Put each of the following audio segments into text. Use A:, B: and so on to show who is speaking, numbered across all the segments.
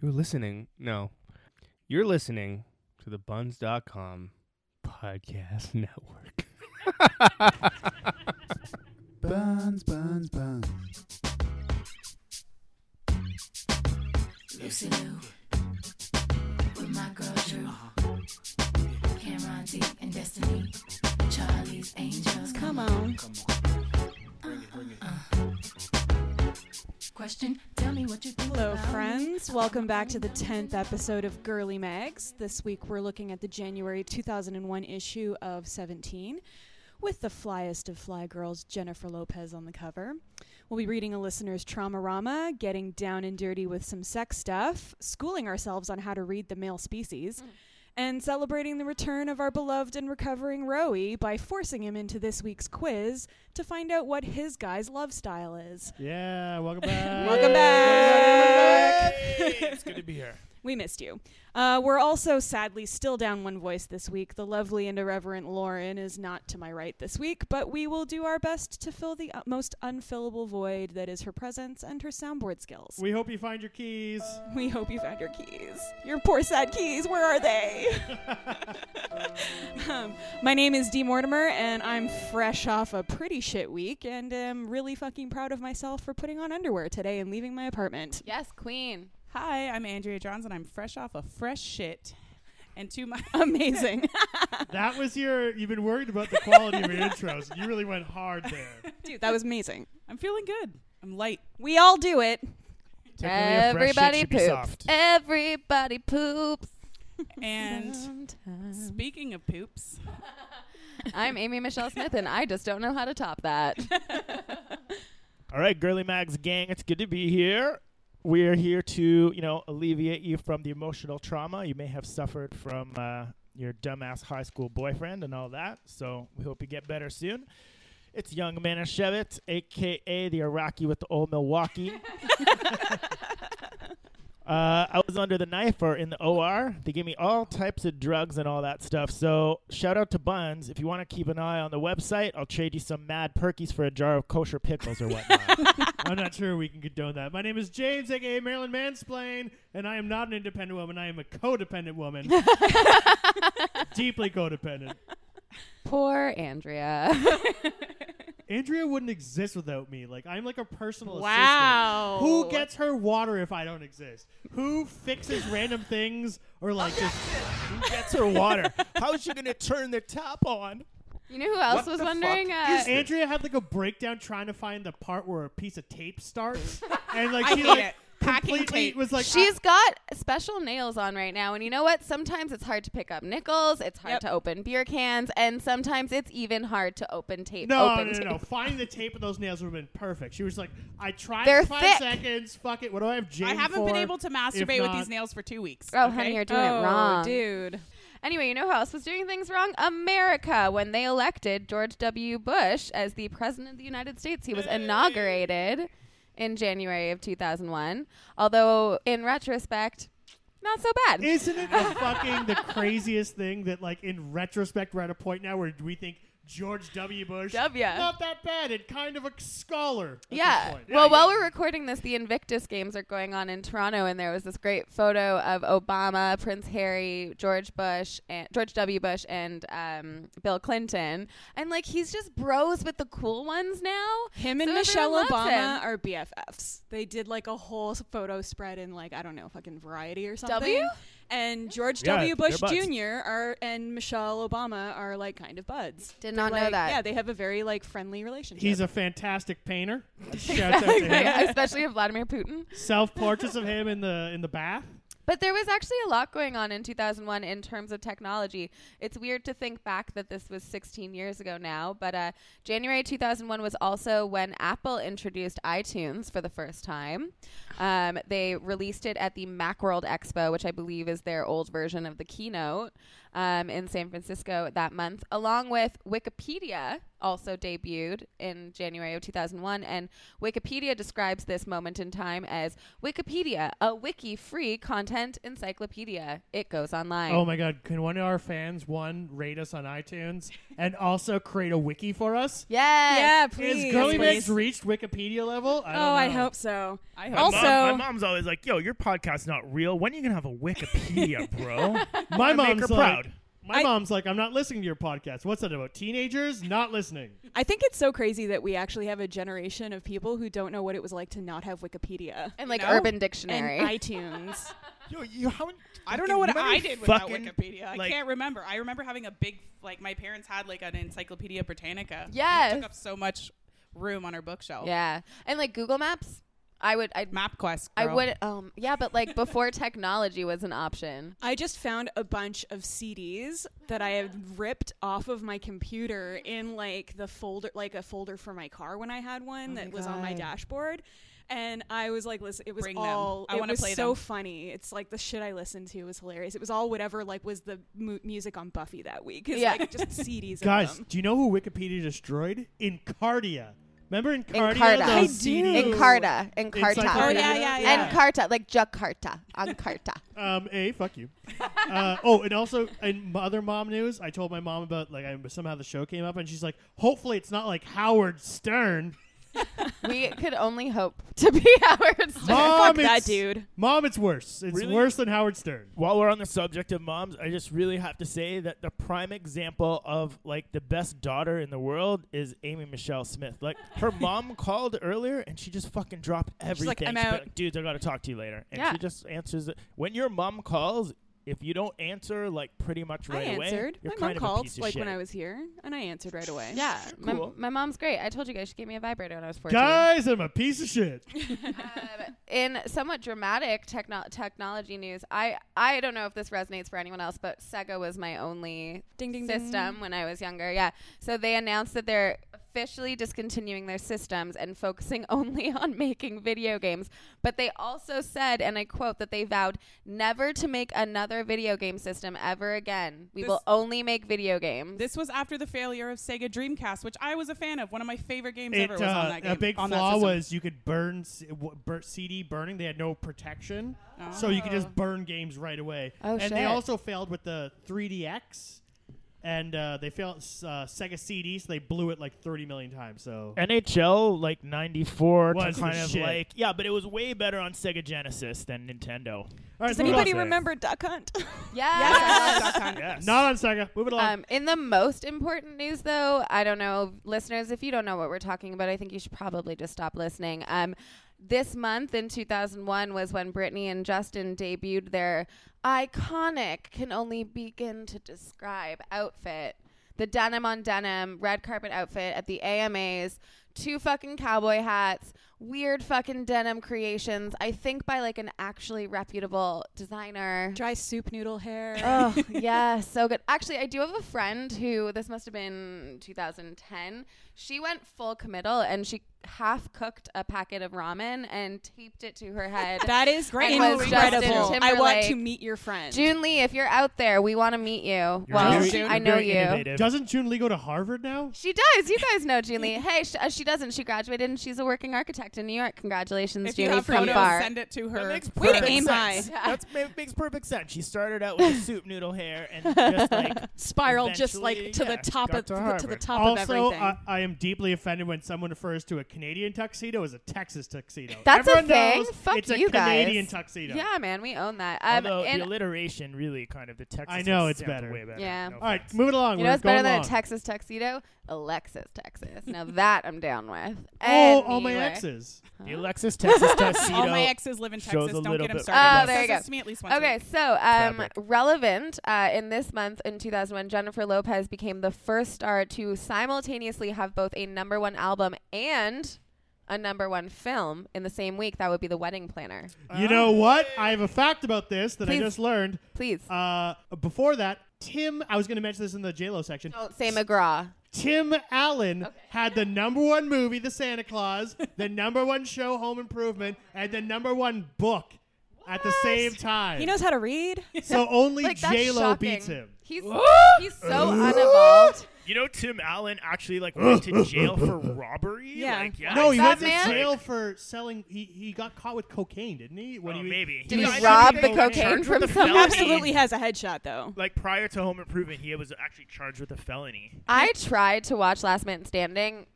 A: You're listening. No. You're listening to the buns.com podcast network.
B: Buns, buns, buns.
C: Lucy Lou with my girl Drew, Cameron D and Destiny, Charlie's Angels. Come on. Question, tell me what you think
D: Hello,
C: about me.
D: friends. Welcome back to the 10th episode of Girly Mags. This week we're looking at the January 2001 issue of 17 with the flyest of fly girls, Jennifer Lopez, on the cover. We'll be reading a listener's Traumarama, getting down and dirty with some sex stuff, schooling ourselves on how to read the male species, and celebrating the return of our beloved and recovering Rowie by forcing him into this week's quiz to find out what his guy's love style is.
E: Yeah, welcome back.
D: Welcome back.
E: it's good to be here.
D: We missed you. Uh, we're also sadly still down one voice this week. The lovely and irreverent Lauren is not to my right this week, but we will do our best to fill the uh, most unfillable void that is her presence and her soundboard skills.
E: We hope you find your keys.
D: We hope you found your keys. Your poor sad keys, where are they? um, my name is Dee Mortimer, and I'm fresh off a pretty shit week, and am really fucking proud of myself for putting on underwear today and leaving my apartment.
F: Yes, queen.
G: Hi, I'm Andrea Johns, and I'm fresh off of fresh shit. And to my
D: Amazing.
E: That was your. You've been worried about the quality of your intros. You really went hard there.
D: Dude, that was amazing.
G: I'm feeling good. I'm light.
D: We all do it.
E: Technically, a fresh shit
F: Everybody
E: should be
F: poops.
E: soft.
F: Everybody poops.
G: And
F: Sometimes.
G: speaking of poops,
F: I'm Amy Michelle Smith, and I just don't know how to top that.
E: All right, Girly Mags gang, it's good to be here. We're here to, you know, alleviate you from the emotional trauma you may have suffered from uh, your dumbass high school boyfriend and all that. So we hope you get better soon. It's Young Manischewitz, aka the Iraqi with the old Milwaukee. Uh, I was under the knife or in the OR. They gave me all types of drugs and all that stuff. So shout out to Buns. If you want to keep an eye on the website, I'll trade you some mad perkies for a jar of kosher pickles or whatnot. I'm not sure we can condone that. My name is James, aka Marilyn Mansplain, and I am not an independent woman. I am a codependent woman. Deeply codependent.
F: Poor Andrea.
E: Andrea wouldn't exist without me. Like I'm like a personal
F: Wow.
E: assistant.
G: Oh.
E: Who gets her water if I don't exist? Who fixes random things or like just who gets her water? How is she gonna turn the tap on?
F: You know who else was wondering? Uh,
E: Andrea had like a breakdown trying to find the part where a piece of tape starts, and like
G: I
E: she
G: hate
E: like
G: it. Packing
E: completely
G: tape.
E: was like
F: she's got special nails on right now, and you know what? Sometimes it's hard to pick up nickels. It's hard
D: Yep.
F: to open beer cans, and sometimes it's even hard to open tape.
E: No,
F: open
E: no, no,
F: tape.
E: no. Finding the tape of those nails would have been perfect. She was like, I tried
F: They're
E: for five
F: thick.
E: seconds. Fuck it. What do I have, Jane?
G: I haven't been
E: for?
G: able to masturbate with
E: not-
G: these nails for two weeks.
F: Oh,
G: okay?
F: honey, you're doing it wrong.
D: dude.
F: Anyway, you know who else was doing things wrong? America. When they elected George W. Bush as the president of the United States, he was inaugurated in January of 2001. Although, in retrospect, not so bad.
E: Isn't it the fucking the craziest thing that like in retrospect we're at a point now where we think George W. Bush
F: W.
E: not that bad and kind of a scholar. at this
F: yeah.
E: point.
F: Well, while we're recording this, the Invictus Games are going on in Toronto, and there was this great photo of Obama, Prince Harry, George Bush, and George W. Bush, and um, Bill Clinton, and like he's just bros with the cool ones now.
D: Him and
F: So everyone
D: Michelle
F: loves
D: Obama
F: him.
D: are BFFs. They did like a whole s- photo spread in like I don't know, fucking Variety or something.
F: W?
D: And George
E: Yeah,
D: W.
E: they're
D: Bush
E: buds.
D: Jr. are and Michelle Obama are like kind of buds.
F: Did not
D: Like,
F: know that.
D: Yeah, they have a very like friendly relationship.
E: he's a fantastic painter. Shout out to him.
F: Like, especially of Vladimir Putin.
E: Self portraits of him in the in the bath.
F: But there was actually a lot going on in 2001 in terms of technology. It's weird to think back that this was 16 years ago now, but uh, January 2001 was also when Apple introduced iTunes for the first time. Um, they released it at the Macworld Expo, which I believe is their old version of the keynote um, in San Francisco that month, along with Wikipedia, also debuted in January of 2001. And Wikipedia describes this moment in time as Wikipedia, a wiki free content encyclopedia. It goes online.
E: Oh my god, can one of our fans one rate us on iTunes and also create a wiki for us?
F: Yes.
D: yeah,
E: Is
D: please.
E: Girly
D: please.
E: Mix reached Wikipedia level? I don't
D: oh, I
E: know.
D: hope so.
G: I hope
D: also,
E: must
H: my
D: So-
H: mom's always like, "Yo, your podcast's not real. When are you gonna have a Wikipedia, bro?"
E: My
H: Wanna make her
E: mom's like,
H: proud.
E: my
D: I-
E: mom's like, I'm not listening to your podcast. What's that about? Teenagers not listening.
D: I think it's so crazy that we actually have a generation of people who don't know what it was like to not have Wikipedia
F: And like
G: No.
F: Urban
D: and
F: Dictionary.
D: iTunes.
H: Yo, you haven't.
G: I don't know what I did without
H: fucking,
G: Wikipedia. I
H: like-
G: can't remember. I remember having a big like my parents had like an Encyclopedia Britannica.
F: Yes.
G: it took up so much room on our bookshelf.
F: yeah. And like Google Maps. I would I'd
G: MapQuest.
F: I
G: girl.
F: would um yeah, but like before technology was an option.
D: I just found a bunch of CDs that I had ripped off of my computer in like the folder, like a folder for my car when I had one
F: Oh
D: that
F: my
D: was on my
F: God.
D: dashboard. And I was like, listen, it was
G: Bring them.
D: all.
G: I
D: it
G: wanna
D: was
G: play
D: so
G: them.
D: funny. It's like the shit I listened to was hilarious. It was all whatever like was the mu- music on Buffy that week. It's
F: Yeah.
D: like just CDs. of
E: Guys,
D: them.
E: do you know who Wikipedia destroyed? Incardia. Remember Incardia?
F: Encarta.
E: those
F: I do.
E: CDs?
F: Encarta. Encarta.
E: Encyclopedia?
G: Oh, yeah, yeah, yeah.
F: Encarta, like Jakarta. Encarta.
E: Um, a fuck you. uh, oh, and also in m- other mom news, I told my mom about like I, somehow the show came up, and she's like, "Hopefully, it's not like Howard Stern."
F: we could only hope to be Howard Stern.
E: Mom,
D: Fuck that
E: it's-
D: dude.
E: Mom, it's worse. It's
H: Really?
E: worse than Howard Stern.
H: While we're on the subject of moms, I just really have to say that the prime example of like the best daughter in the world is Amy Michelle Smith. Like her mom called earlier and she just fucking dropped everything.
D: like, "I'm
H: She's been
D: out."
H: like, Dudes, I gotta talk to you later. And
F: Yeah.
H: she just answers it. When your mom calls, if you don't answer like pretty much
D: I
H: right away,
D: answered.
H: you're
D: my
H: kind
D: mom
H: of a
D: called
H: piece of
D: like
H: shit.
D: when I was here, and I answered right away.
F: Yeah. My,
H: Cool.
F: my mom's great. I told you guys she gave me a vibrator when I was 14.
E: Guys, I'm a piece of shit.
F: Um, in somewhat dramatic techno- technology news, I, I don't know if this resonates for anyone else, but Sega was my only
D: Ding ding
F: system when I was younger. Yeah. So they announced that they're officially discontinuing their systems and focusing only on making video games. But they also said, and I quote, that they vowed never to make another video game system ever again. We
G: This-
F: will only make video games.
G: This was after the failure of Sega Dreamcast, which I was a fan of. One of my favorite games
E: It,
G: ever was on
E: uh,
G: that game.
E: a big
G: on that
E: flaw
G: system.
E: was you could burn c- w- bur- CD burning. They had no protection, so you could
G: Oh.
E: just burn games right away.
F: Oh,
E: and they
F: shit.
E: also failed with the 3DX, and uh, they failed uh, Sega CD, so they blew it like 30 million times. So
F: Eh.
H: NHL like '94
E: Was
H: to kind
E: the
H: of
E: shit.
H: like yeah, but it was way better on Sega Genesis than Nintendo.
E: All right,
D: Does
E: moving on.
D: anybody remember Duck Hunt?
F: Yes.
H: Yes.
E: Not on Sega. Moving along.
F: Um, in the most important news, though, I don't know, listeners, if you don't know what we're talking about, I think you should probably just stop listening. Um, this month in 2001 was when Britney and Justin debuted their iconic, can only begin to describe outfit. The denim on denim, red carpet outfit at the AMAs, two fucking cowboy hats, weird fucking denim creations, I think by like an actually reputable designer.
D: Dry soup noodle hair.
F: oh yeah so good actually i do have a friend who this must have been 2010 she went full committal and she half cooked a packet of ramen and taped it to her head
D: That is
F: Great.
G: And was
D: incredible.
F: Justin
D: I want to
F: Timberlake.
D: meet your friend.
F: june lee if you're out there we want to meet you well
H: very-
G: you're
F: Um, oh, i know
H: very
F: you
H: innovative.
E: Doesn't Chun Li go to Harvard now?
F: She does. You guys know Julie. Hey, sh- uh, she doesn't. She graduated and she's a working architect in New York. Congratulations,
G: If you
F: Julie.
G: have
F: from
G: photos,
F: far.
G: send it to her.
H: That makes
G: for
D: Way to
H: perfect
D: aim
H: sense.
F: high.
H: That's ma- makes perfect sense. She started out with a soup noodle hair and just like
D: Spiral just
H: Eventually,
D: like to
H: yeah,
D: the top
H: got
D: of to,
H: to
D: the
H: Harvard.
D: top of
E: also, uh,
D: everything.
E: I, I am deeply offended when someone refers to a Canadian tuxedo as a Texas tuxedo.
F: That's a
E: Everyone
F: thing?
E: knows
F: Fuck
E: it's a
F: you guys.
E: Canadian tuxedo.
F: yeah, man, we own that. Um,
H: although
F: and-
H: the alliteration really kind of the Texas.
E: I know,
H: one
E: it's
H: sounds
E: better.
H: Way better.
F: Yeah.
H: No
E: All right,
H: offense.
E: moving along.
F: You
E: We're
F: know what's
E: going
F: better than
E: along.
F: a Texas tuxedo? Alexis, Texas. Now that I'm down with.
E: Oh, all my
F: eh, Anyway.
E: exes.
H: The Alexis Texas tuxedo.
G: All my exes live in
H: shows
G: Texas.
H: a
G: Don't
H: little
G: get him
H: bit
G: started.
F: Oh, there you
G: Says
F: go.
G: to me at least once. a
F: Okay,
G: week.
F: so um,
H: Fabric.
F: relevant uh, in this month in 2001, Jennifer Lopez became the first star to simultaneously have both a number one album and a number one film in the same week. That would be The Wedding Planner.
E: You know what? I have a fact about this that
F: Please.
E: I just learned.
F: Please
E: Uh, before that, Tim, I was going to mention this in the JLo section.
F: don't say McGraw.
E: Tim Allen had the number one movie, The Santa Claus, the number one show, Home Improvement, and the number one book at the same time.
D: he knows how to read.
E: so only
F: Like that's
E: J Lo
F: shocking.
E: beats him.
F: He's he's so unevolved.
H: you know, Tim Allen actually like went to jail for robbery.
D: Yeah.
H: Like, yeah.
E: No,
H: he's
E: he
F: That
E: went to
F: man-
E: jail for selling. He, he got caught with cocaine, didn't he? When
H: Oh,
E: he
H: maybe.
F: Did
H: Yeah, I
F: he
H: know
F: rob
H: they
F: the
H: were charged
F: cocaine
H: with
F: from
H: a
D: He
F: someone?
H: felony.
D: absolutely has a headshot though.
H: Like prior to Home Improvement, he was actually charged with a felony.
F: I tried to watch Last Man Standing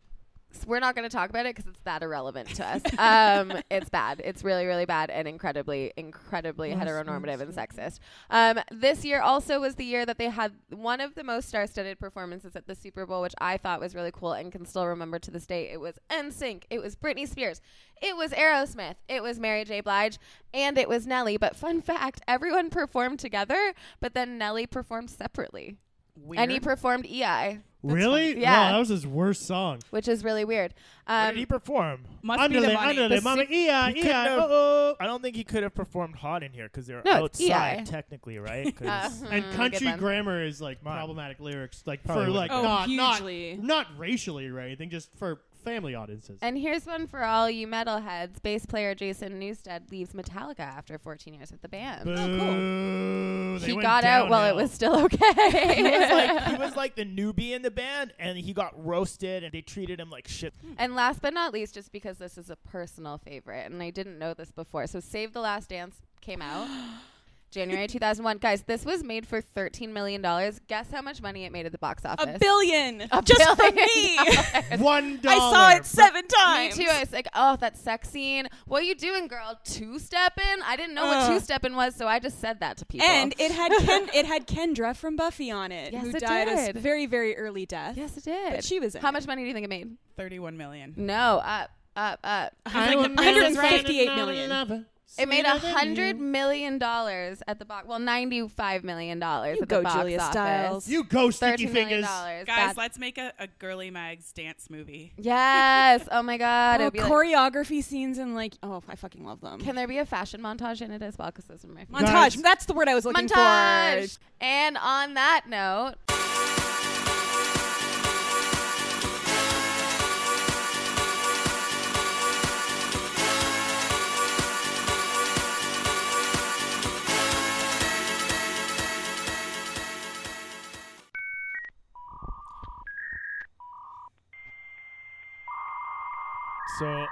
F: We're not going to talk about it because it's that irrelevant to us. Um, it's bad. It's really, really bad and incredibly, incredibly heteronormative and sexist. Um, this year also was the year that they had one of the most star-studded performances at the Super Bowl, which I thought was really cool and can still remember to this day. It was NSYNC. It was Britney Spears. It was Aerosmith. It was Mary J. Blige, and it was Nelly. But fun fact: everyone performed together, but then Nelly performed separately,
G: Weird.
F: and he performed E EI,
E: really?
F: funny. Yeah.
E: No, that was his worst song.
F: which is really weird.
H: Where did he
F: Um,
H: perform?
G: Must
E: underlay,
G: be the money.
E: underlay,
G: The
E: mama,
G: si-
E: ea,
H: He
E: ea,
H: couldn't have-
E: oh, oh.
H: I don't think he could have performed hot in here because they're
F: No, it's E
H: outside
F: EI.
H: technically, right? 'Cause
F: uh,
E: And
F: hmm, good
E: country
F: one.
E: grammar is like
H: Mine.
E: problematic lyrics, like
H: Probably
E: for
H: would.
E: like
G: Oh,
E: not not
G: hugely.
E: not racially or anything, just for family audiences.
F: And here's one for all you metalheads. Bass player Jason Newsted leaves Metallica after 14 years with the band.
E: Boo, they
F: Oh, He
E: went
F: got out while it
E: downhill.
F: was still okay.
H: he was like he was like the newbie in the band, and he got roasted, and they treated him like shit.
F: and last but not least, just because this is a personal favorite, and I didn't know this before, so Save the Last Dance came out. January 2001. Guys, this was made for $13 million. Guess how much money it made at the box office?
D: A billion.
F: A
D: just for
F: billion
D: me.
F: dollars.
E: one dollar.
D: I saw it seven
F: Me
D: times.
F: too. I was like, oh, that sex scene. What you doing, girl? Two stepping? I didn't know what
D: Ugh.
F: two stepping was, so I just said that to people.
D: And it had Ken, it had Kendra from Buffy on it,
F: Yes,
D: who
F: it
D: died a s-
F: did.
D: very very early death.
F: yes, it did.
D: but she was in
F: How
D: it.
F: much money do you think it made?
G: Thirty-one million.
F: No, up, up, up.
E: I
D: like
E: will
D: the
E: never
D: 158
E: find
D: million.
E: another
F: It made a
E: sweeter than
F: hundred
E: you.
F: million dollars at the box. Well, ninety-five million dollars
D: You
F: at
D: go,
F: the box
D: Julia
F: office.
D: Stiles.
E: You go, sticky
F: Thirteen million
E: fingers.
F: dollars.
G: Guys,
F: That's-
G: let's make a, a girly mags dance movie.
F: yes. Oh my God.
D: Oh,
F: It'd be like-
D: choreography scenes and like oh I fucking love them.
F: can there be a fashion montage in it as well? Because those are my favorite.
D: montage.
E: Guys.
D: That's the word I was looking
F: montage.
D: for.
F: And on that note,
H: So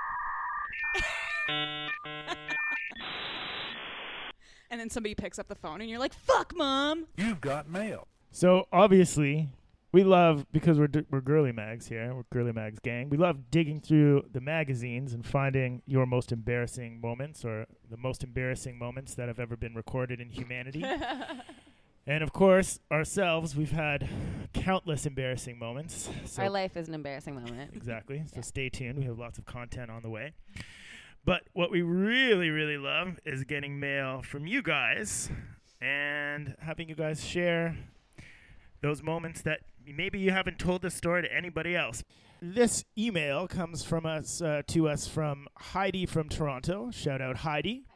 D: And then somebody picks up the phone and you're like, "Fuck, mom."
B: You've got mail.
H: So obviously, we love because we're d- we're girly mags here. We're girly mags gang. We love digging through the magazines and finding your most embarrassing moments or the most embarrassing moments that have ever been recorded in humanity. and of course, ourselves, we've had countless embarrassing moments. So
F: our life is an embarrassing moment.
H: Exactly. So stay tuned. We have lots of content on the way. But what we really, really love is getting mail from you guys and having you guys share those moments that maybe you haven't told the story to anybody else. This email comes from us uh, to us from Heidi from Toronto. Shout out Heidi.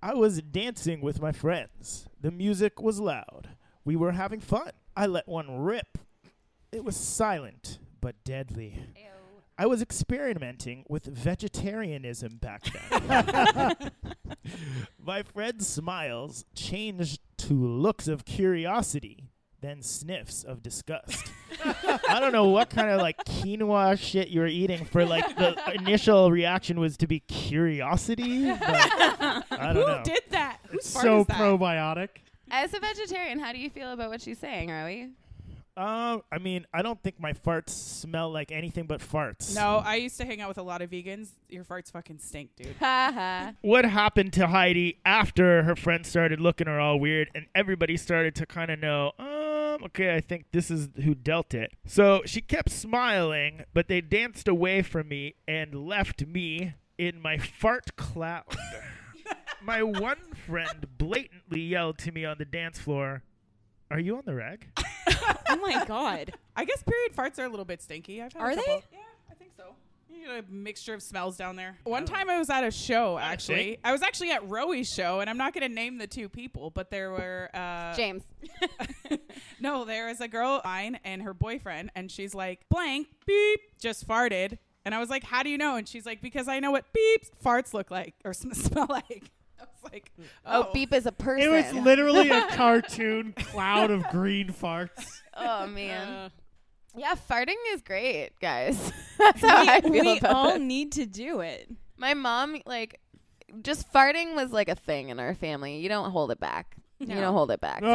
H: I was dancing with my friends. The music was loud. We were having fun. I let one rip. It was silent but deadly. I was experimenting with vegetarianism back then. My friend's smiles changed to looks of curiosity, then sniffs of disgust. I don't know what kind of like quinoa shit you were eating for like the initial reaction was to be curiosity. but I don't
G: Who
H: know.
G: did that? Whose part
E: So
G: is that?
E: probiotic.
F: As a vegetarian, how do you feel about what she's saying, Rowie?
H: Um, I mean, I don't think my farts smell like anything but farts.
G: No, I used to hang out with a lot of vegans. Your farts fucking stink, dude.
F: Ha ha.
H: what happened to Heidi after her friends started looking her all weird and everybody started to kind of know, um, okay, I think this is who dealt it. So she kept smiling, but they danced away from me and left me in my fart cloud. my one friend blatantly yelled to me on the dance floor, Are you on the rag?
D: Oh my god.
G: I guess period farts are a little bit stinky. I've had a
D: Are they?
G: couple. Yeah, I think so. You get a mixture of smells down there. One time I was at a show, actually. I was actually at Rowie's show, and I'm not going to name the two people, but there were. Uh,
F: James.
E: oh.
G: no, there was a girl, mine, and her boyfriend, and she's like, blank, beep, just farted. And I was like, how do you know? And she's like, because I know what beeps farts look like or sm- smell like. I was like,
F: Oh, beep is a person.
E: It was literally a cartoon cloud of green farts.
F: Oh
D: Uh.
F: man. yeah, farting is great, guys. That's how I feel
D: we
F: about
D: all
F: it.
D: need to do it.
F: My mom, like, just farting was like a thing in our family. You don't hold it back. You don't hold it back.
E: No,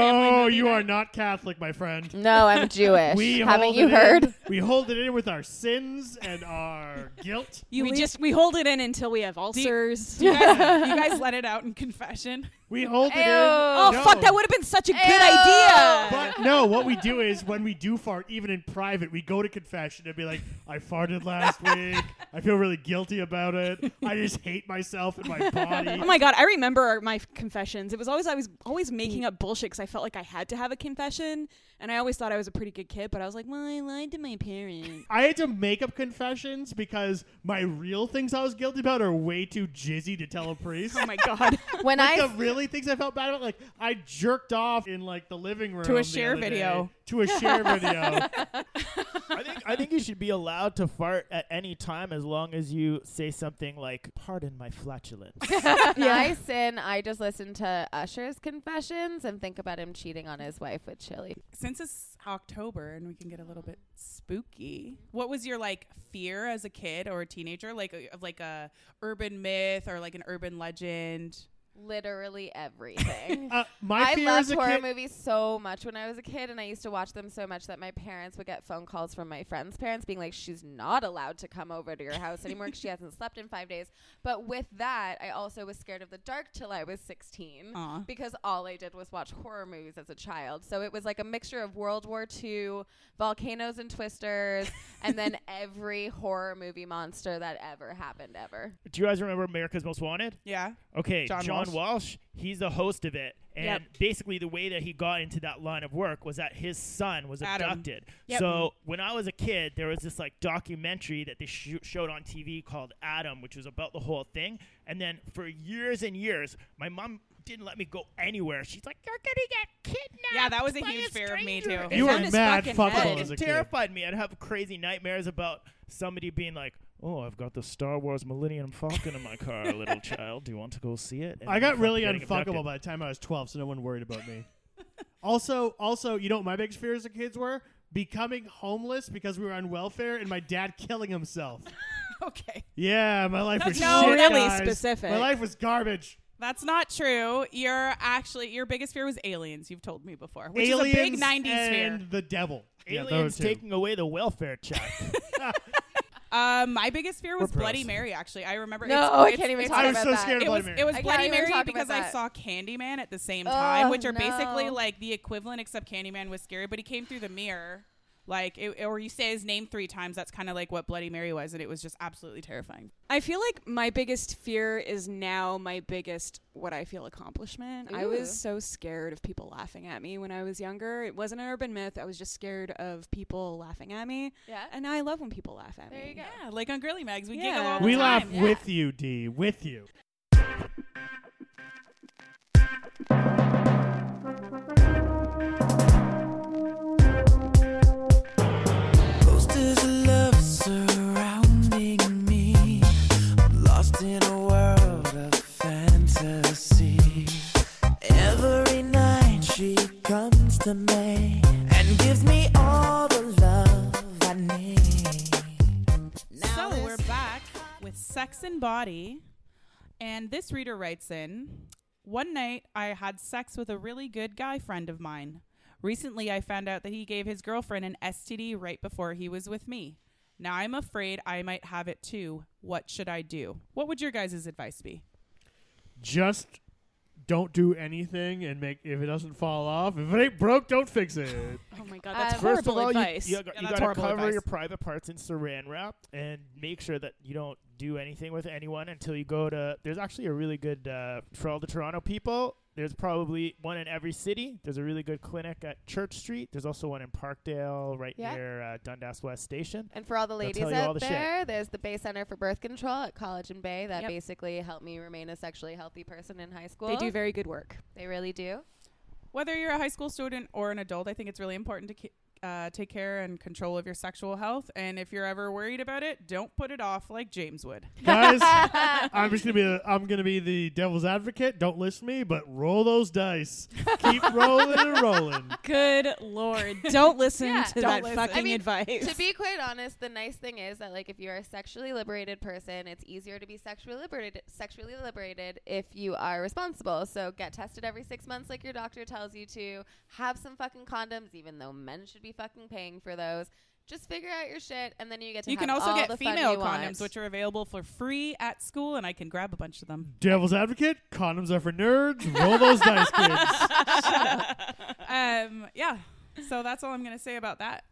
E: Oh, you are not Catholic, my friend.
F: No, I'm Jewish.
E: We
F: Haven't
E: hold
F: you
E: it
F: heard?
E: in- we hold it in with our sins and our guilt.
D: You we
G: leave- Oh,
D: just we hold it in until we have ulcers.
G: You guys, you guys let it out in confession.
E: We hold it in.
F: Ayo.
D: oh
E: No.
D: fuck! That would have been such a good
F: Ayo.
D: idea.
E: But no, what we do is when we do fart, even in private, we go to confession and be like, I farted last week. I feel really guilty about it. I just hate myself and my body.
D: Oh my god, I remember our- my confessions. It was always I was always making up bullshit because I felt like I had to have a confession, and I always thought I was a pretty good kid. But I was like, well, I lied to my parents.
E: I had to make up confessions because my real things I was guilty about are way too jizzy to tell a priest.
D: oh my god.
F: When
E: like
F: I
E: the really things I felt bad about, like I jerked off in like the living room
G: To a
E: the
G: share
E: other day.
G: video.
E: To a share video.
H: I think I think you should be allowed to fart at any time as long as you say something like "Pardon my flatulence."
F: I sin, I just listen to Usher's confessions and think about him cheating on his wife with Chili.
G: Since it's October and we can get a little bit spooky, what was your like fear as a kid or a teenager, like a- of like a urban myth or like an urban legend?
F: Literally everything.
E: Uh, my
F: I
E: fear as
F: loved
E: a
F: horror
E: kid,
F: movies so much when I was a kid, and I used to watch them so much that my parents would get phone calls from my friends' parents being like, "She's not allowed to come over to your house anymore 'cause she hasn't slept in five days." But with that, I also was scared of the dark till I was sixteen.
G: Aw.
F: because all I did was watch horror movies as a child. So it was like a mixture of World War II, volcanoes and twisters, and then every horror movie monster that ever happened ever.
H: Do you guys remember America's Most Wanted?
G: Yeah.
H: Okay,
G: John
H: John,
G: Walsh.
H: Walsh. he's the host of it. And basically, the way that he got into that line of work was that his son was
G: Adam.
H: abducted.
G: Yep.
H: So, when I was a kid, there was this like documentary that they sh- showed on TV called Adam, which was about the whole thing. And then for years and years, my mom didn't let me go anywhere. She's like, You're going to get kidnapped.
G: Yeah, that was a
H: by
G: huge fear of me,
H: stranger."
G: too.
E: you
D: It's
E: were
D: on his
E: mad
D: fucking
E: fuckable
D: head.
E: as a
H: it
E: kid.
H: terrified me. I'd have crazy nightmares about somebody being like, "Oh, I've got the Star Wars Millennium Falcon in my car, little child. Do you want to go see it?" And
E: I got
H: fuck
E: really
H: getting
E: unfuckable
H: abducted.
E: by the time I was 12, so no one worried about me. also, also, you know what my biggest fears as kids were? Becoming homeless because we were on welfare and my dad killing himself.
G: Okay.
E: Yeah, my life was
G: That's
E: shit,
D: really
E: guys.
D: specific.
E: My life was garbage.
G: That's not true. You're actually your biggest fear was aliens. You've told me before, which is
E: Aliens
G: a big '90s
E: and
G: fear.
E: the devil. yeah, those
H: Aliens
E: two.
H: taking away the welfare check.
G: Uh, my biggest fear was
H: We're pros.
G: Bloody Mary. Actually, I remember.
F: No,
G: it's-
F: I
G: it's-
F: can't even
G: it's
F: talk
E: I was
F: about
E: so
F: that.
E: scared of
G: It was
E: Bloody
G: it was
F: I can't
G: Bloody
F: even
G: Mary
F: talk about
G: because I
F: that.
G: saw Candyman at the same time,
F: Ugh,
G: which are
F: no.
G: basically like the equivalent, except Candyman was scary, but he came through the mirror, like it, or you say his name three times. That's kind of like what Bloody Mary was, and it was just absolutely terrifying.
D: I feel like my biggest fear is now my biggest what I feel accomplishment. I
F: Ooh.
D: was so scared of people laughing at me when I was younger. It wasn't an urban myth. I was just scared of people laughing at me.
F: Yeah.
D: And now I love when people laugh at
F: There
D: me.
F: you go.
G: Yeah, like on Girly Mags, we
D: Yeah.
G: giggle all the
E: We
G: time.
E: laugh
F: yeah.
E: with you, D. With you.
B: Posters of love surrounding me. Lost in a world of fantasy. Every night she comes to me and gives me all the love I need.
G: So we're back with Sex and Body. And this reader writes in One night I had sex with a really good guy friend of mine. Recently I found out that he gave his girlfriend an STD right before he was with me. Now I'm afraid I might have it too. What should I do? What would your guys' advice be?
E: Just don't do anything and make if it doesn't fall off. If it ain't broke, don't fix it.
D: Oh my god, that's
F: Uh,
H: First
D: horrible
H: of all,
D: advice.
H: you, you, got-
G: Yeah,
H: you
G: that's
H: gotta
G: horrible
H: cover
G: advice.
H: your private parts in Saran wrap and make sure that you don't do anything with anyone until you go to. There's actually a really good uh, for all the Toronto people. There's probably one in every city. There's a really good clinic at Church Street. There's also one in Parkdale, right
F: Yeah.
H: near uh, Dundas West Station.
F: And for all the ladies
H: tell you
F: out
H: all the shit.
F: there, there's the Bay Center for Birth Control at College and Bay that
D: Yep.
F: basically helped me remain a sexually healthy person in high school.
D: they do very good work.
F: They really do.
G: Whether you're a high school student or an adult, I think it's really important to ki- uh, take care and control of your sexual health. And if you're ever worried about it, don't put it off like James would.
E: guys. I'm just gonna be the, I'm gonna be the devil's advocate. Don't listen to me, but roll those dice. Keep rolling and rolling.
D: Good lord. Don't listen
F: Yeah.
D: to
G: Don't
D: that
G: listen.
D: fucking
F: I mean,
D: advice.
F: to be quite honest, the nice thing is that like if you're a sexually liberated person, it's easier to be sexually liberated sexually liberated if you are responsible. So get tested every 6 months like your doctor tells you to. Have some fucking condoms even though men should be fucking paying for those. Just figure out your shit and then you get to
G: you
F: have
G: can also
F: all
G: get
F: the fun
G: female
F: you want.
G: condoms, which are available for free at school, and I can grab a bunch of them.
E: Devil's advocate. Condoms are for nerds. Roll those dice, kids.
G: Um, yeah. So that's all I'm gonna say about that.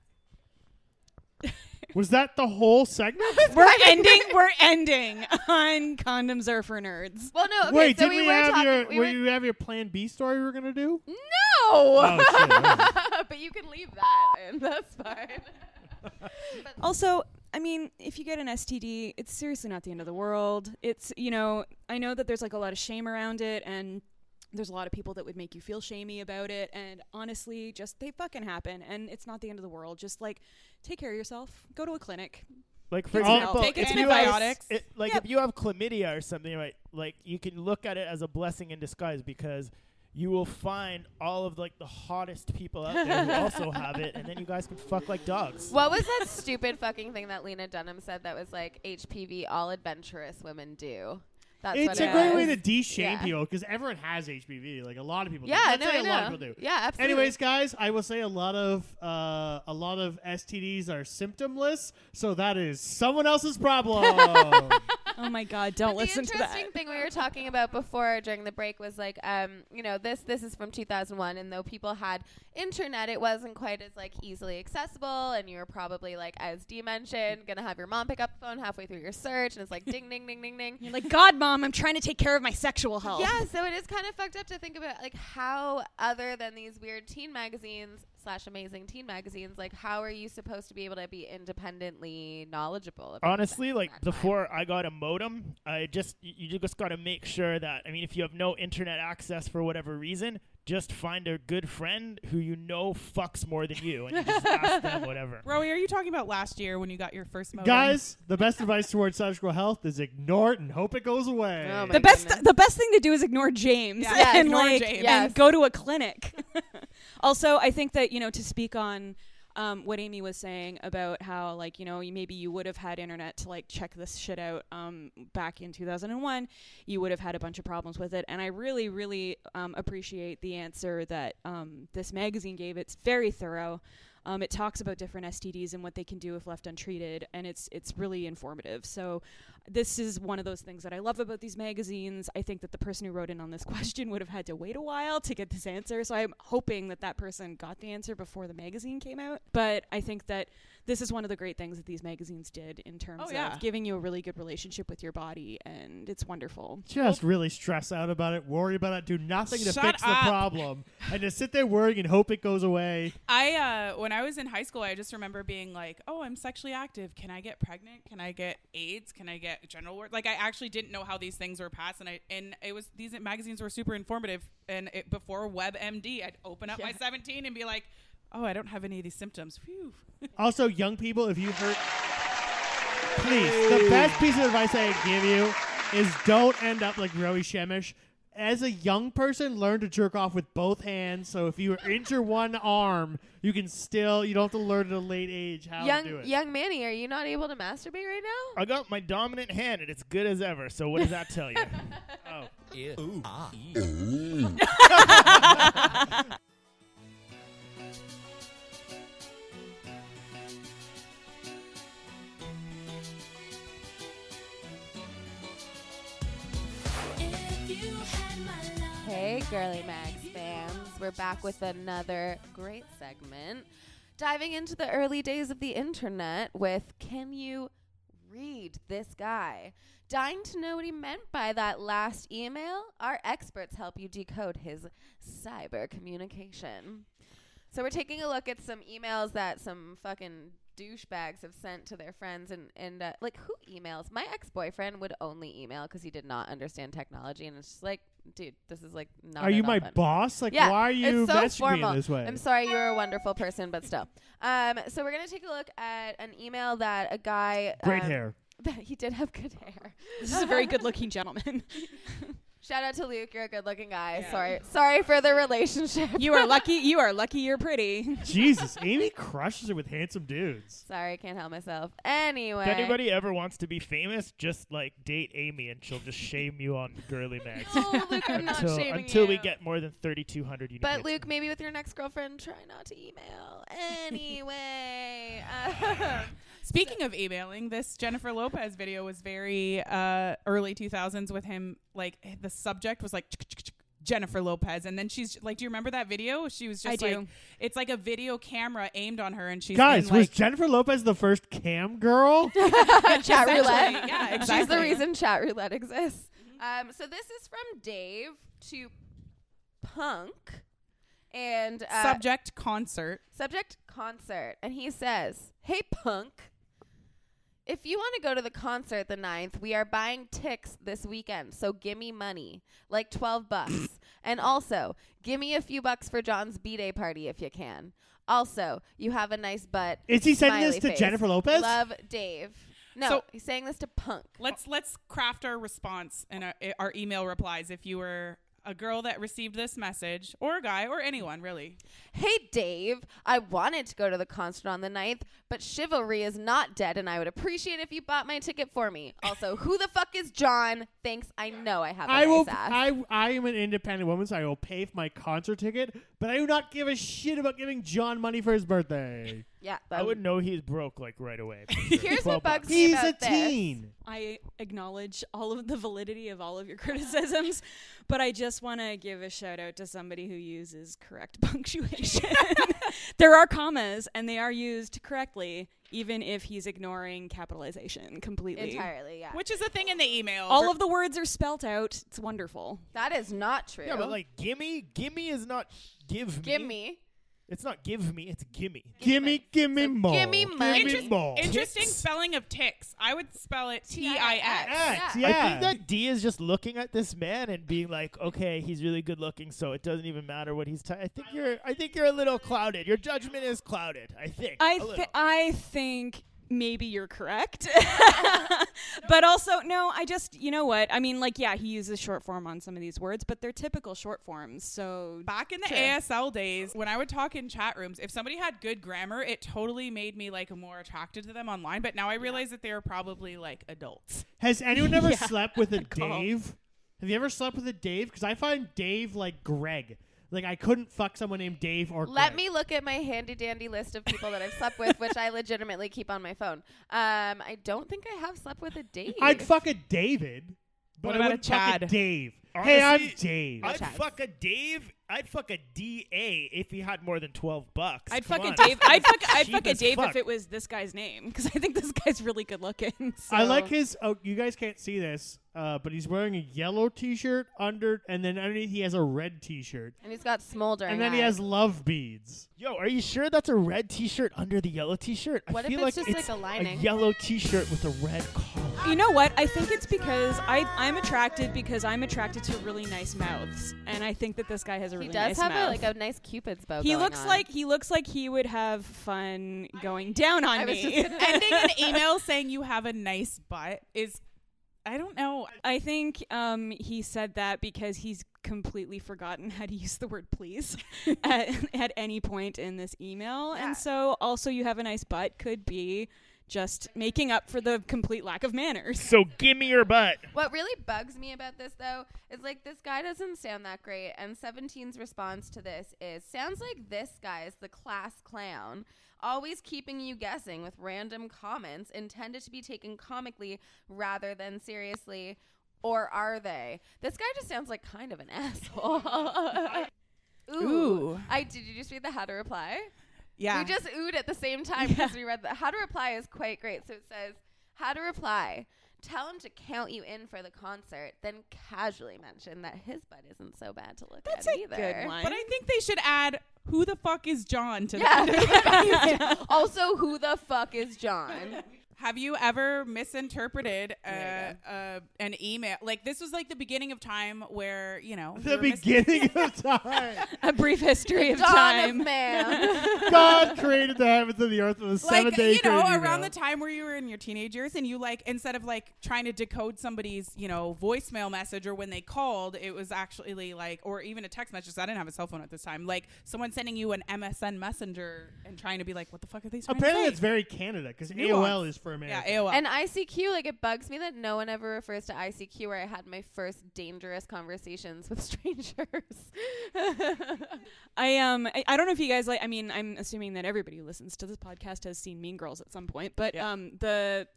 E: Was that the whole segment?
D: we're ending we're ending on condoms are for nerds.
F: Well, no. Okay,
E: Wait,
F: so
E: did
F: we,
E: we,
F: were
E: have
F: talking,
E: your?
F: we
E: were
F: were-
E: you have your Plan B story we were gonna do?
F: No.
E: Oh, shit, alright.
F: but you can leave that, and that's fine.
D: Also, I mean, if you get an STD, it's seriously not the end of the world. It's, you know, I know that there's like a lot of shame around it and there's a lot of people that would make you feel shamey about it and honestly, just they fucking happen and it's not the end of the world. Just like take care of yourself, go to a clinic.
H: Like for
D: It's an
H: example,
D: outfit.
G: Take
H: if
D: an
H: you
D: advice.
H: have,
G: antibiotics.
H: it, like
D: Yep.
H: if you have chlamydia or something, right? Like you can look at it as a blessing in disguise because you will find all of like the hottest people out there who also have it, and then you guys can fuck like dogs.
F: What was that stupid fucking thing that Lena Dunham said that was like HPV all adventurous women do? That's
E: it's
F: what
E: a
F: it
E: great
F: was.
E: way to de-shame
F: Yeah.
E: people because everyone has HPV. Like a lot of people.
F: Yeah,
E: do.
F: I
E: Let's
F: know,
E: say
F: I
E: a
F: know.
E: lot of people do.
F: Yeah, absolutely.
E: Anyways, guys, I will say a lot of uh, a lot of STDs are symptomless, so that is someone else's problem.
D: Oh my god, don't
F: But
D: listen
F: the
D: to that.
F: interesting thing we were talking about before during the break was like, um, you know, this this is from 2001, and though people had internet, it wasn't quite as like easily accessible, and you were probably like, as D mentioned, gonna have your mom pick up the phone halfway through your search, and it's like ding ding ding ding ding.
D: You're like, God, mom, I'm trying to take care of my sexual health.
F: Yeah, so it is kind of fucked up to think about like how other than these weird teen magazines slash amazing teen magazines, like how are you supposed to be able to be independently knowledgeable? About
H: Honestly,
F: sex
H: like
F: in that time?
H: before I got a modem, I just y- you just got to make sure that I mean, if you have no internet access for whatever reason, just find a good friend who you know fucks more than you, and you just ask them whatever.
G: Rowie, are you talking about last year when you got your first modem?
E: guys, the best advice towards sexual health is ignore it and hope it goes away.
F: Oh my
D: The best
F: goodness.
D: the best thing to do is ignore James
G: Yeah, yeah,
D: and
G: ignore
D: like
G: James.
D: and
F: Yes.
D: go to a clinic. also, I think that you know to speak on um, what Amy was saying about how like you know you- maybe you would have had internet to like check this shit out um, back in 2001, you would have had a bunch of problems with it. And I really really um, appreciate the answer that um, this magazine gave. It's very thorough. Um, it talks about different STDs and what they can do if left untreated, and it's it's really informative. So, this is one of those things that I love about these magazines. I think that the person who wrote in on this question would have had to wait a while to get this answer. So I'm hoping that that person got the answer before the magazine came out. But I think that this is one of the great things that these magazines did in terms
G: Oh, yeah.
D: of giving you a really good relationship with your body, and it's wonderful.
E: Just really stress out about it, worry about it, do nothing to
G: Shut
E: fix
G: up.
E: the problem, and just sit there worrying and hope it goes away.
G: I uh, when I was in high school, I just remember being like, "Oh, I'm sexually active. Can I get pregnant? Can I get AIDS? Can I get general word?" Like I actually didn't know how these things were passed, and I and it was these magazines were super informative. And it, before WebMD, I'd open up my 17 and be like, "Oh, I don't have any of these symptoms." Phew.
E: Also, young people, if you hurt, please, the best piece of advice I could give you is don't end up like Rowie Shemish. As a young person, learn to jerk off with both hands. So if you injure one arm, you can still you don't have to learn at a late age how to do
F: young
E: it.
F: young Manny, are you not able to masturbate right now?
H: I got my dominant hand, and it's good as ever. So what does that tell you?
F: Hey, Girly Mags fans, we're back with another great segment. Diving into the early days of the internet with Can You Read This Guy? Dying to know what he meant by that last email, our experts help you decode his cyber communication. So, we're taking a look at some emails that some fucking douchebags have sent to their friends and, and uh, like who emails my ex-boyfriend would only email because he did not understand technology and it's just like dude, this is like not.
E: Are you
F: at all
E: my
F: fun.
E: boss? Like,
F: Yeah,
E: why are you
F: it's so
E: messaging me
F: formal.
E: in this way?
F: I'm sorry, you're a wonderful person, but still. Um, so we're gonna take a look at an email that a guy.
E: Great
F: um,
E: hair.
F: he did have good hair.
D: This is a very good-looking gentleman.
F: Shout out to Luke. You're a good-looking guy.
G: Yeah.
F: Sorry, sorry for the relationship.
D: you are lucky. You are lucky. You're pretty.
E: Jesus, Amy crushes it with handsome dudes.
F: sorry, can't help myself. Anyway,
H: If anybody ever wants to be famous, just like date Amy and she'll just shame you on girly mags.
F: No, Oh, Luke, I'm not
H: until
F: shaming
H: until we
F: you.
H: get more than 3,200 unique
F: But
H: hits.
F: Luke, maybe with your next girlfriend, try not to email. Anyway, um,
G: Speaking of emailing, this Jennifer Lopez video was very uh, early 2000s with him. Like the subject was like Jennifer Lopez, and then she's like, "Do you remember that video?" She was just
D: I
G: like,
D: do.
G: "It's like a video camera aimed on her, and she's
E: Guys,
G: in,
E: was
G: like,
E: Jennifer Lopez the first cam girl?
F: chat roulette.
G: Essentially, yeah,
F: She's the
G: exactly. Mm-hmm.
F: reason chat roulette exists. Um, so this is from Dave to Punk and uh,
G: subject concert."
F: subject concert, and he says, "Hey Punk." If you want to go to the concert the 9th, we are buying ticks this weekend, so gimme money, like 12 bucks. and also, gimme a few bucks for John's B-Day party if you can. Also, you have a nice butt.
E: Is he sending this
F: Smiley
E: to
F: face.
E: Jennifer Lopez?
F: Love Dave. No,
G: So-
F: he's saying this to Punk.
G: Let's let's craft our response and our, our email replies. If you were a girl that received this message, or a guy, or anyone really,
F: Hey, Dave, I wanted to go to the concert on the 9th, but chivalry is not dead, and I would appreciate if you bought my ticket for me. Also, who the fuck is John? Thanks, I know I have a
E: I will.
F: nice ass.
E: I I am an independent woman, so I will pay for my concert ticket. But I do not give a shit about giving John money for his birthday.
F: yeah, that
H: I would know he's broke like right away.
F: Here's what bugs me
E: He's
F: about
E: a
F: this.
E: teen.
D: I acknowledge all of the validity of all of your criticisms, but I just want to give a shout out to somebody who uses correct punctuation. there are commas, and they are used correctly, even if he's ignoring capitalization completely.
F: Entirely, yeah.
G: which is a thing in the email.
D: All of the words are spelt out. It's wonderful.
F: that is not true.
H: yeah, but like gimme, gimme is not give me.
F: give me.
H: It's not give me, it's gimme.
E: Gimme, gimme
F: So
E: more.
F: gimme money.
E: Gimme
F: Interest-
E: more.
G: interesting
H: Ticks?
G: spelling of ticks. I would spell it T I
F: T-I-X.
G: X.
E: Act,
F: Yeah.
E: yeah.
H: I think that D is just looking at this man and being like, "Okay, he's really good looking, so it doesn't even matter what he's." T- I think you're. I think you're a little clouded. Your judgment is clouded. I think.
D: I
H: a little.
D: th- I think maybe you're correct. but also no, I just you know what? I mean like yeah, he uses short form on some of these words, but they're typical short forms. So
G: Back in the ASL days, when I would talk in chat rooms, if somebody had good grammar, it totally made me like more attracted to them online. But now I realize that they are probably like adults.
E: Has anyone ever slept with a Dave? Have you ever slept with a Dave? Because I find Dave like Greg. Like I couldn't fuck someone named Dave or.
F: Let
E: Greg.
F: me look at my handy dandy list of people that I've slept with, which I legitimately keep on my phone. Um, I don't think I have slept with a date.
E: I'd fuck a David, but
G: What
E: I
G: about a
E: wouldn't fuck
G: Chad?
E: Dave. hey, I'm
H: Honestly,
E: Dave.
H: I'd
F: Chad.
H: fuck a Dave. I'd fuck a DA if he had more than twelve bucks.
D: I'd
H: Come
D: fuck a
H: on,
D: Dave.
H: that's
D: I'd fuck. I'd
H: cheap
D: fuck a
H: as
D: Dave
H: fuck.
D: if it was this guy's name, because I think this guy's really good looking.
E: I like
D: so-
E: his. Oh, you guys can't see this, uh, but he's wearing a yellow T-shirt under, and then underneath he has a red T-shirt,
F: And he's got smoldering.
E: and then he
F: eyes.
E: has love beads.
H: Yo, are you sure that's a red T-shirt under the yellow T-shirt?
F: What
H: I
F: if
H: feel
F: it's
H: like
F: just,
H: it's
F: like, a lining?
H: yellow T-shirt with a red collar.
D: You know what? I think it's because I I'm attracted because I'm attracted to really nice mouths, and I think that this guy has a
F: He
D: really
F: does
D: nice
F: have a,
D: mouth.
F: like a nice cupid's bow.
D: he
F: going
D: looks
F: on.
D: like he looks like he would have fun going down on
F: I was just
D: me.
F: gonna-
G: Ending an email saying you have a nice butt is, I don't know.
D: I think um, he said that because he's completely forgotten how to use the word please at, at any point in this email.
F: Yeah.
D: And so, also, you have a nice butt could be just making up for the complete lack of manners.
H: So give me your butt.
F: What really bugs me about this though is like this guy doesn't sound that great, and 17's response to this is sounds like this guy is the class clown, always keeping you guessing with random comments intended to be taken comically rather than seriously. Or are they? This guy just sounds like kind of an asshole. Ooh.
G: Ooh.
F: I did you just read the how to reply?
G: Yeah.
F: We just oohed at the same time because we read that. How to reply is quite great. So it says, How to reply. Tell him to count you in for the concert, then casually mention that his butt isn't so bad to look at either.
G: but I think they should add who the fuck is John to that.
F: Yeah. also, who the fuck is John?
G: Have you ever misinterpreted uh,
F: There
G: uh, an email? Like this was like the beginning of time where you know we
E: The
G: were mis-
E: beginning of time.
D: A brief history of
F: Dawn
D: time.
F: of man.
E: God created the heavens and the earth in a seven
G: like
E: day
G: you know around the time where you were in your teenage years and you like instead of like trying to decode somebody's you know voicemail message or when they called it was actually like or even a text message i didn't have a cell phone at this time like someone sending you an msn messenger and trying to be like what the fuck are these trying to
E: Apparently,
G: say?
E: it's very Canada because
G: Nuance.
E: AOL is for
G: yeah
E: America.
G: aol
F: and ICQ, like it bugs me that no one ever refers to ICQ where I had my first dangerous conversations with strangers.
D: I um I, I don't know if you guys like I mean I'm assuming that everybody who listens to this podcast has seen Mean Girls at some point, but
G: Yeah.
D: um the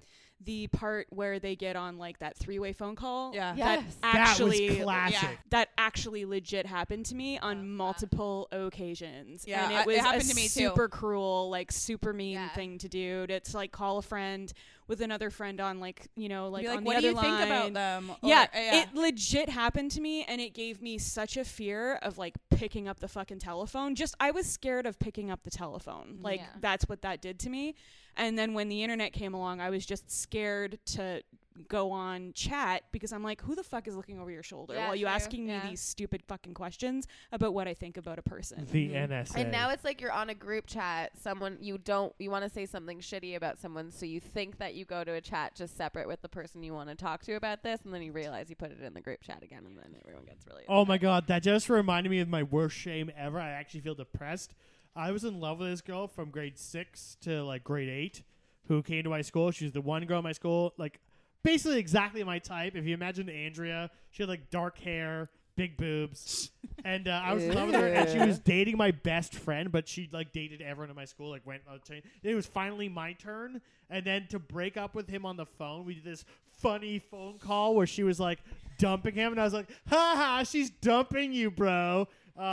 D: the part where they get on like that three way phone call
G: Yeah.
D: that
F: Yes.
E: that
D: actually
E: was classic.
D: that actually legit happened to me on multiple occasions.
G: Yeah,
D: and
G: I-
D: it
G: it
D: was
G: happened
D: a
G: to me too.
D: super cruel, like super mean
F: Yeah.
D: thing to do. To, to like call a friend with another friend on like you know like,
G: Be like,
D: on
G: what
D: the
G: do
D: other
G: you think
D: line.
G: about them Or-
D: yeah,
G: uh, yeah.
D: it legit happened to me, and it gave me such a fear of like picking up the fucking telephone. Just I was scared of picking up the telephone. Like
F: Mm, Yeah.
D: that's what that did to me. And then when the internet came along, I was just scared to go on chat because I'm like, who the fuck is looking over your shoulder
F: Yeah,
D: while you
F: true.
D: asking me
F: Yeah.
D: these stupid fucking questions about what I think about a person?
E: The NSA.
F: and now it's like you're on a group chat. Someone you don't you want to say something shitty about someone, so you think that you go to a chat just separate with the person you want to talk to about this, and then you realize you put it in the group chat again, and then everyone gets really.
E: Oh my god, that just reminded me of my worst shame ever. I actually feel depressed. I was in love with this girl from grade six to like grade eight who came to my school. She was the one girl in my school, like basically exactly my type. If you imagine Andrea, she had like dark hair, big boobs. And uh, I was in love with her, and she was dating my best friend, but she like dated everyone in my school, like went on chain. It was finally my turn, and then to break up with him on the phone, we did this funny phone call where she was like dumping him, and I was like, "Ha ha, she's dumping you, bro." Oh,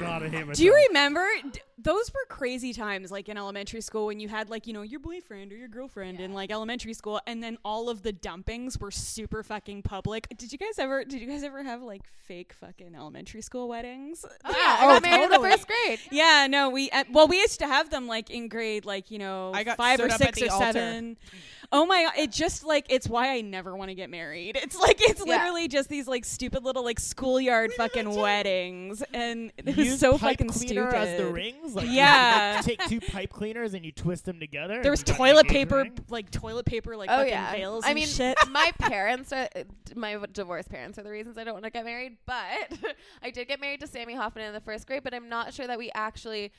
E: God, I hate myself.
D: Do you remember? D- those were crazy times, like in elementary school, when you had like you know your boyfriend or your girlfriend in like elementary school, and then all of the dumpings were super fucking public. Did you guys ever? Did you guys ever have like fake fucking elementary school weddings?
F: Oh, yeah, I
D: Oh,
F: got married
D: totally.
F: in the first grade.
D: Yeah, no, we uh, well, we used to have them like in grade, like you know,
G: I got
D: five or
G: stood up at
D: six
G: the
D: or
G: altar.
D: seven. Oh my god, it just like it's why I never want to get married. It's like it's
F: Yeah.
D: literally just these like stupid little like schoolyard fucking weddings, and it was
H: Use
D: so
H: pipe
D: fucking
H: cleaner
D: stupid.
H: as the rings. Like, you
D: Yeah.
H: take two pipe cleaners and you twist them together. and
D: There was
H: you got an
D: toilet
H: engagement
D: paper,
H: ring.
D: like toilet paper, like
F: Oh
D: fucking
F: yeah,
D: veils.
F: I
D: and
F: mean,
D: shit.
F: my parents are uh, d- my w- divorced parents are the reasons I don't want to get married. But I did get married to Sammy Hoffman in the first grade, but I'm not sure that we actually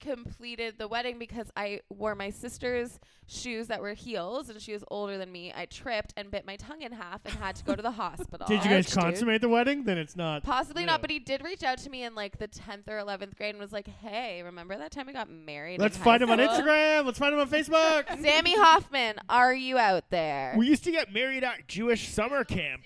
F: completed the wedding because I wore my sister's shoes that were heels, and she was older than me. I tripped and bit my tongue in half and had to go to the hospital.
E: Did you guys
D: Ouch, dude.
E: consummate the wedding? Then it's not.
F: Possibly not,
E: Yeah.
F: but he did reach out to me in like the 10th or 11th grade and was like, "Hey, remember that time we got married?"
E: Let's
F: in high
E: find him on
F: school?"
E: Instagram. Let's find him on Facebook.
F: Sammy Hoffman, are you out there?
H: We used to get married at Jewish summer camp.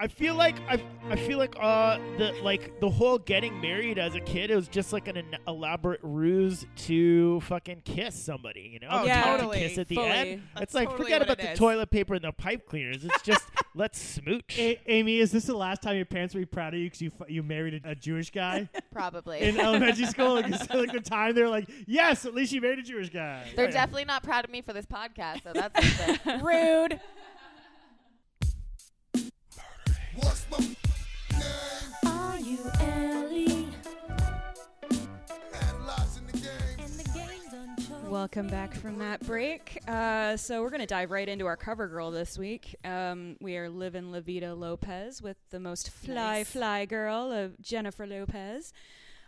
H: I feel like I, I feel like uh the like the whole getting married as a kid it was just like an, en- elaborate ruse to fucking kiss somebody you know
G: Oh,
H: You have to
G: totally.
H: kiss at the
D: Fully.
H: end it's
G: That's
H: like
G: totally
H: forget
G: what
H: about
G: it
H: the
G: is.
H: toilet paper and the pipe cleaners it's just let's smooch
E: A- Amy, is this the last time your parents will be proud of you because you fu- you married a, a Jewish guy
F: Probably.
E: in elementary school? Like, it's like the time they're like, yes, at least you married a Jewish guy.
F: They're definitely not proud of me for this podcast, so that's something.
G: rude
C: Are you Ellie? And the game's unchosen.
D: Welcome back from that break. Uh, so we're gonna dive right into our cover girl this week. Um, we are living La Vida Lopez with the most fly
F: Nice.
D: fly girl of Jennifer Lopez.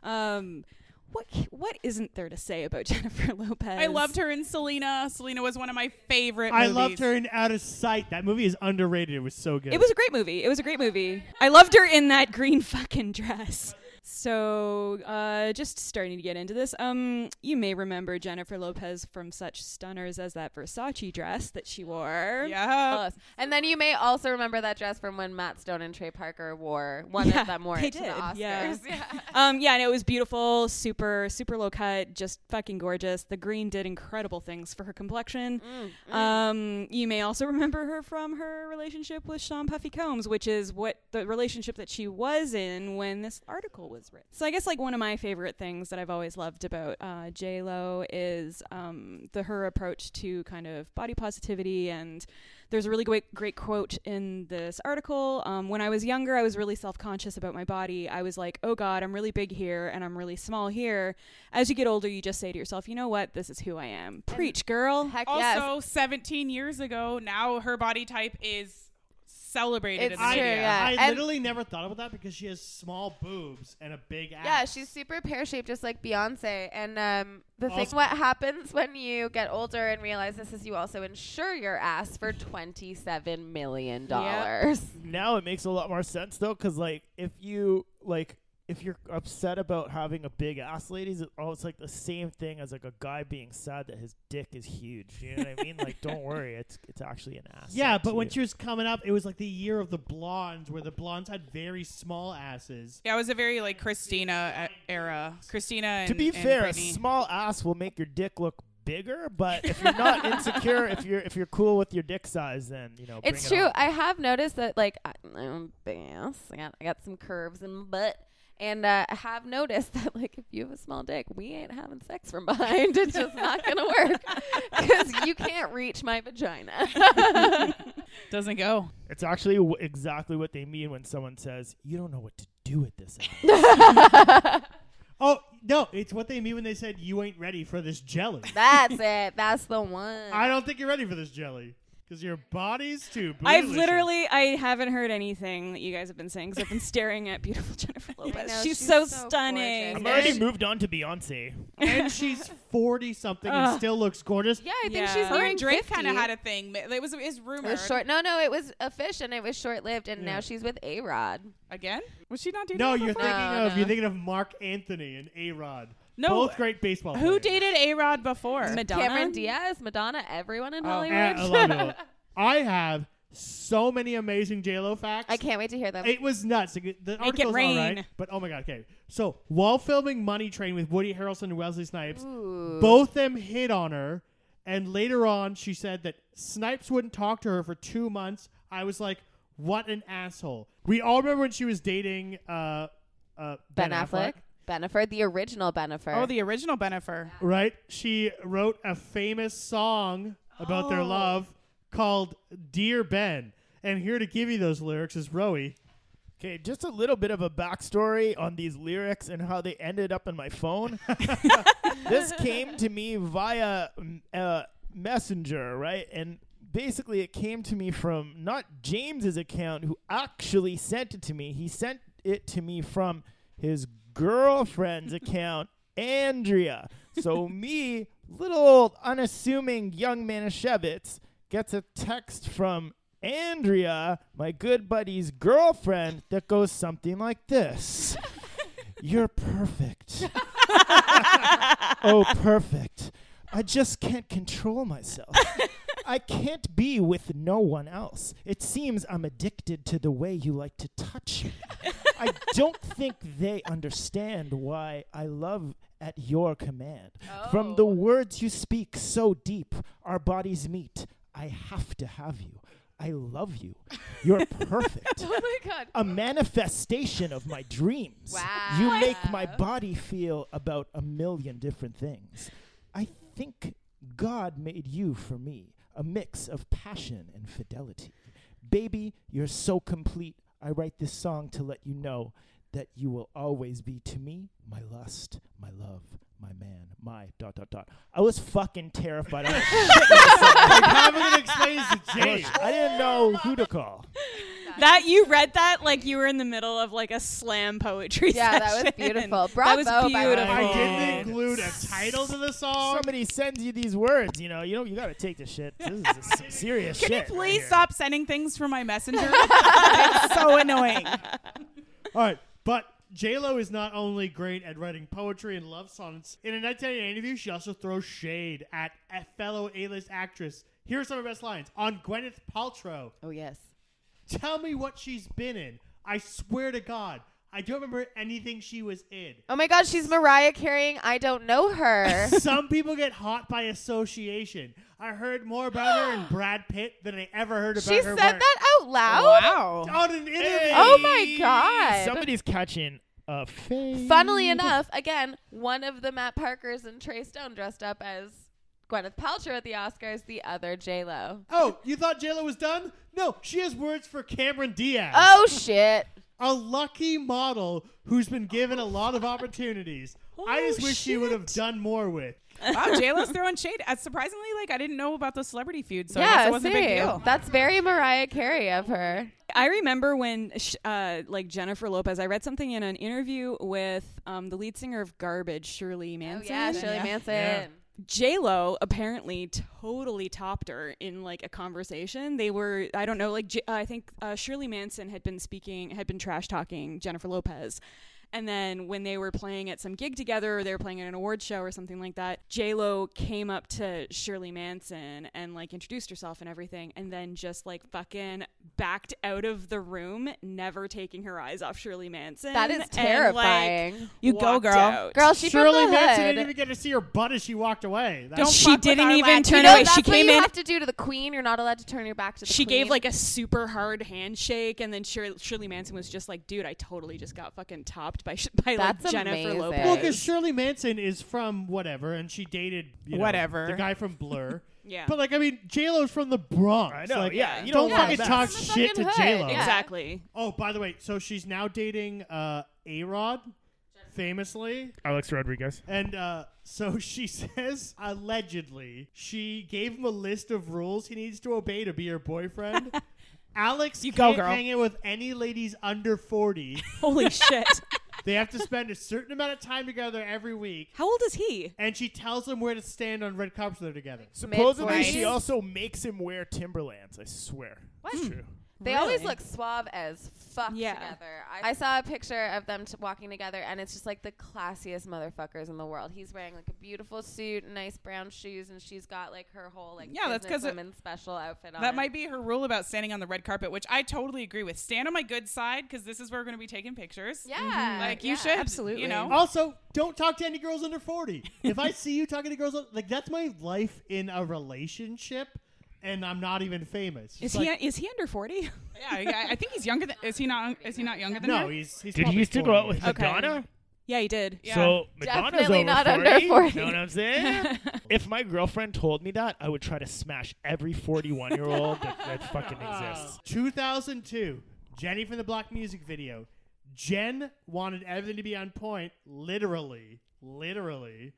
D: Um, what c- what isn't there to say about Jennifer Lopez?
G: i loved her in selena selena was one of my favorite
E: I
G: movies.
E: loved her in Out of Sight. That movie is underrated. It was so good.
D: It was a great movie. It was a great movie. I loved her in that green fucking dress. So, uh, just starting to get into this, um, you may remember Jennifer Lopez from such stunners as that Versace dress that she wore.
G: yeah
F: Close. And then you may also remember that dress from when Matt Stone and Trey Parker wore one
D: Yeah,
F: of them wore
D: they
F: it to the
D: did,
F: Oscars.
D: yeah.
F: Yeah.
D: Um, yeah, and it was beautiful, super, super low cut, just fucking gorgeous. The green did incredible things for her complexion. Um, you may also remember her from her relationship with Sean Puffy Combs, which is what the relationship that she was in when this article was written. So I guess like one of my favorite things that I've always loved about uh, J Lo is um, the her approach to kind of body positivity, and there's a really great great quote in this article. Um, when I was younger, I was really self conscious about my body. I was like, oh God, I'm really big here, and I'm really small here. As you get older, you just say to yourself, you know what, this is who I am. Preach, girl.
F: Heck yes.
G: Also, 17 years ago, now her body type is celebrated.
F: It's
G: in the
E: I,
F: true,
G: media.
F: yeah.
E: I
F: And-
E: literally never thought about that because she has small boobs and a big ass.
F: Yeah, she's super pear shaped, just like Beyonce. And um, the
E: Also-
F: thing what happens when you get older and realize this is you also insure your ass for twenty seven million dollars.
H: now it makes a lot more sense though because like if you like if you're upset about having a big ass ladies it's all- it's like the same thing as like a guy being sad that his dick is huge you know what i mean like don't worry it's it's actually an ass
E: Yeah, but when she was coming up, it was like the year of the blondes, where the blondes had very small asses.
G: Yeah, it was a very like Christina e- era. Christina and
H: to be
G: and
H: fair a
G: Britney.
H: small ass will make your dick look bigger but if you're not insecure if you're if you're cool with your dick size then you know
F: It's
H: bring it
F: true.
H: on.
F: I have noticed that, like, I- I'm a big ass. I got, I got some curves and butt. And uh, I have noticed that, like, if you have a small dick, we ain't having sex from behind. It's just not going to work because you can't reach my vagina.
G: doesn't go.
H: it's actually w- exactly what they mean when someone says you don't know what to do with this ass.
E: Oh no, it's what they mean when they said you ain't ready for this jelly.
F: That's it. That's the one.
E: I don't think you're ready for this jelly because your body's too.
D: I've
E: bootylicious.
D: literally I haven't heard anything that you guys have been saying because I've been staring at beautiful Jennifer Lopez.
F: know,
D: she's,
F: she's
D: so,
F: so
D: stunning.
F: gorgeous.
H: I'm already moved on to Beyonce.
E: and she's forty something and
D: Ugh.
E: still looks gorgeous.
F: Yeah, I think
D: Yeah.
F: she's
D: Her
G: Her
F: wearing
G: and Drake
F: kind
G: of had a thing. It was is
F: It
G: rumored
F: was short. No, no, it was a fish, and it was short lived, and
E: Yeah.
F: now she's with A Rod.
G: again. Was she not dating?
E: No,
G: him
E: you're
G: before?
E: thinking
F: No,
E: of
F: no.
E: you're thinking of Mark Anthony and A Rod.
G: No.
E: both great baseball.
G: Oh, Who
E: players.
G: dated A Rod before?
D: Madonna.
F: Cameron Diaz, Madonna, everyone in
G: Oh.
F: Hollywood.
E: Eh, I love it. I have so many amazing J Lo facts.
F: I can't wait to hear them.
E: It was nuts. The article's all right,
G: rain.
E: but oh my god. Okay, so while filming Money Train with Woody Harrelson and Wesley Snipes,
F: Ooh.
E: both them hit on her, and later on she said that Snipes wouldn't talk to her for two months. I was like, what an asshole. We all remember when she was dating uh, uh,
F: Ben, Affleck. Benifer, the original Benifer.
G: Oh, the original Benifer.
E: right? She wrote a famous song about their love called "Dear Ben," and here to give you those lyrics is Rowie.
H: Okay, just a little bit of a backstory on these lyrics and how they ended up in my phone. this came to me via mm, uh, Messenger, right? And basically, it came to me from not James's account, who actually sent it to me. He sent it to me from his girlfriend's account, Andrea. So, me, little old unassuming young Manischewitz, gets a text from Andrea, my good buddy's girlfriend, that goes something like this You're perfect. oh, perfect. I just can't control myself. I can't be with no one else. It seems I'm addicted to the way you like to touch me. I don't think they understand why I love at your command. From
F: Oh.
H: the words you speak so deep, our bodies meet. I have to have you. I love you. You're perfect.
F: oh my god.
H: a manifestation of my dreams.
F: Wow.
H: You make my body feel about a million different things. I think God made you for me, a mix of passion and fidelity. Baby, you're so complete. I write this song to let you know that you will always be to me my lust, my love, my man, my dot dot dot. I was fucking terrified. I, was shitting myself.
E: like having it explained to James.
H: I didn't know who to call.
D: That you read that like you were in the middle of like a slam poetry
F: Yeah, that was
D: session.
F: beautiful.
D: that was
F: Bravo, by the way.
D: beautiful.
E: I
H: Oh.
E: didn't include a title to the song.
H: somebody sends you these words, you know, you know, you gotta take this shit. This is some serious
G: Can you
H: shit. right
G: please
H: here.
G: stop sending things from my messenger? it's so annoying.
E: All right, but J Lo is not only great at writing poetry and love sonnets. In a 1998 interview, she also throws shade at a fellow A-list actress. Here are some of her best lines on Gwyneth Paltrow.
F: Oh yes.
E: Tell me what she's been in. I swear to God, I don't remember anything she was in.
F: Oh my god, she's Mariah carrying I don't know her.
E: Some people get hot by association. I heard more about her and Brad Pitt than I ever heard about
F: she
E: her.
F: said
E: work.
F: that out loud?
G: Wow.
E: on an interview.
F: Oh my God.
H: Somebody's catching a fade.
F: Funnily enough, again, one of the Matt Parkers and Trey Stone dressed up as Gwyneth Paltrow at the Oscars, the other J Lo.
E: Oh, you thought JLo was done? No, she has words for Cameron Diaz.
F: Oh shit!
E: a lucky model who's been given a lot of opportunities.
F: Oh,
E: I just wish she would have done more with.
G: Wow, JLo's throwing shade. Uh, surprisingly, like I didn't know about the celebrity feud, so I guess
F: yeah,
G: it wasn't a big
F: same.
G: deal.
F: That's very Mariah Carey of her.
D: I remember when, sh- uh, like Jennifer Lopez, I read something in an interview with um, the lead singer of Garbage, Shirley
F: Oh
D: Manson.
F: yeah, Shirley Manson.
H: Yeah.
D: J Lo apparently totally topped her in like a conversation. They were, I don't know, like J- I think uh, Shirley Manson had been speaking, had been trash talking Jennifer Lopez. And then when they were playing at some gig together, or they were playing at an award show or something like that, J Lo came up to Shirley Manson and like introduced herself and everything, and then just like fucking backed out of the room, never taking her eyes off Shirley Manson.
F: That is
D: and, like,
F: terrifying.
G: You go,
D: walked
G: girl.
D: out.
F: Girl, she
E: Shirley
F: from the
E: Manson
F: hood.
E: didn't even get to see her butt as she walked away. That's-
G: Don't
D: She
G: fuck with
D: didn't
G: our
D: even
G: Latinx.
D: turn
F: No,
D: away.
F: that's
D: She
F: what
D: came
F: you
D: in.
F: have to do to the queen. You're not allowed to turn your back to the
D: she
F: queen.
D: gave like a super hard handshake, and then Shir- Shirley Manson was just like, "Dude, I totally just got fucking topped by sh- by
F: That's
D: like Jennifer
F: amazing.
D: Lopez."
E: well, because Shirley Manson is from whatever, and she dated you know,
G: Whatever.
E: the guy from Blur.
D: yeah,
E: But like, I mean, J Lo's from the Bronx.
H: I know,
E: Like,
H: yeah, you
E: don't
H: know
E: fucking
H: that.
E: talk
F: From the
E: shit to
F: fucking hood,
E: J Lo.
F: yeah.
D: exactly.
E: Oh, by the way, so she's now dating uh, A Rod, famously.
H: Alex Rodriguez.
E: And uh, so she says, allegedly, she gave him a list of rules he needs to obey to be her boyfriend. Alex
G: You go,
E: can't
G: girl.
E: hang out with any ladies under 40.
D: Holy shit!
E: they have to spend a certain amount of time together every week.
D: How old is he?
E: And she tells him where to stand on red carpets when they're together.
H: Supposedly, she
F: Mid-forties.
H: also makes him wear Timberlands. I swear.
F: What?
H: It's true.
F: They always look suave as fuck
D: Yeah.
F: together. I, I saw a picture of them t- walking together, and it's just like the classiest motherfuckers in the world. He's wearing like a beautiful suit, and nice brown shoes, and she's got like her whole like
G: Yeah, that's 'cause it-
F: women's special outfit on.
G: That might be her rule about standing on the red carpet, which I totally agree with. Stand on my good side because this is where we're going to be taking pictures.
F: yeah,
G: Like
F: yeah.
G: you should
D: Absolutely.
G: You know.
E: Also, don't talk to any girls under 40. if I see you talking to girls, like, that's my life in a relationship, and I'm not even famous.
D: Is
E: It's like,
D: he is he under forty?
G: Yeah, yeah. I think he's younger than. Is he not? Is he not younger than?
E: No,
G: her?
E: he's, he's
H: Did
E: probably
H: he used to go out
E: 40.
H: with
D: Okay.
H: Madonna?
D: yeah, he did.
G: Yeah.
H: So Madonna's
F: Definitely
H: over
F: not
H: 40,
F: under 40.
H: You know what I'm saying? if my girlfriend told me that, I would try to smash every 41 year old that, that fucking
E: Uh,
H: exists.
E: 2002, Jenny from the Block music video. Jen wanted everything to be on point, literally, literally.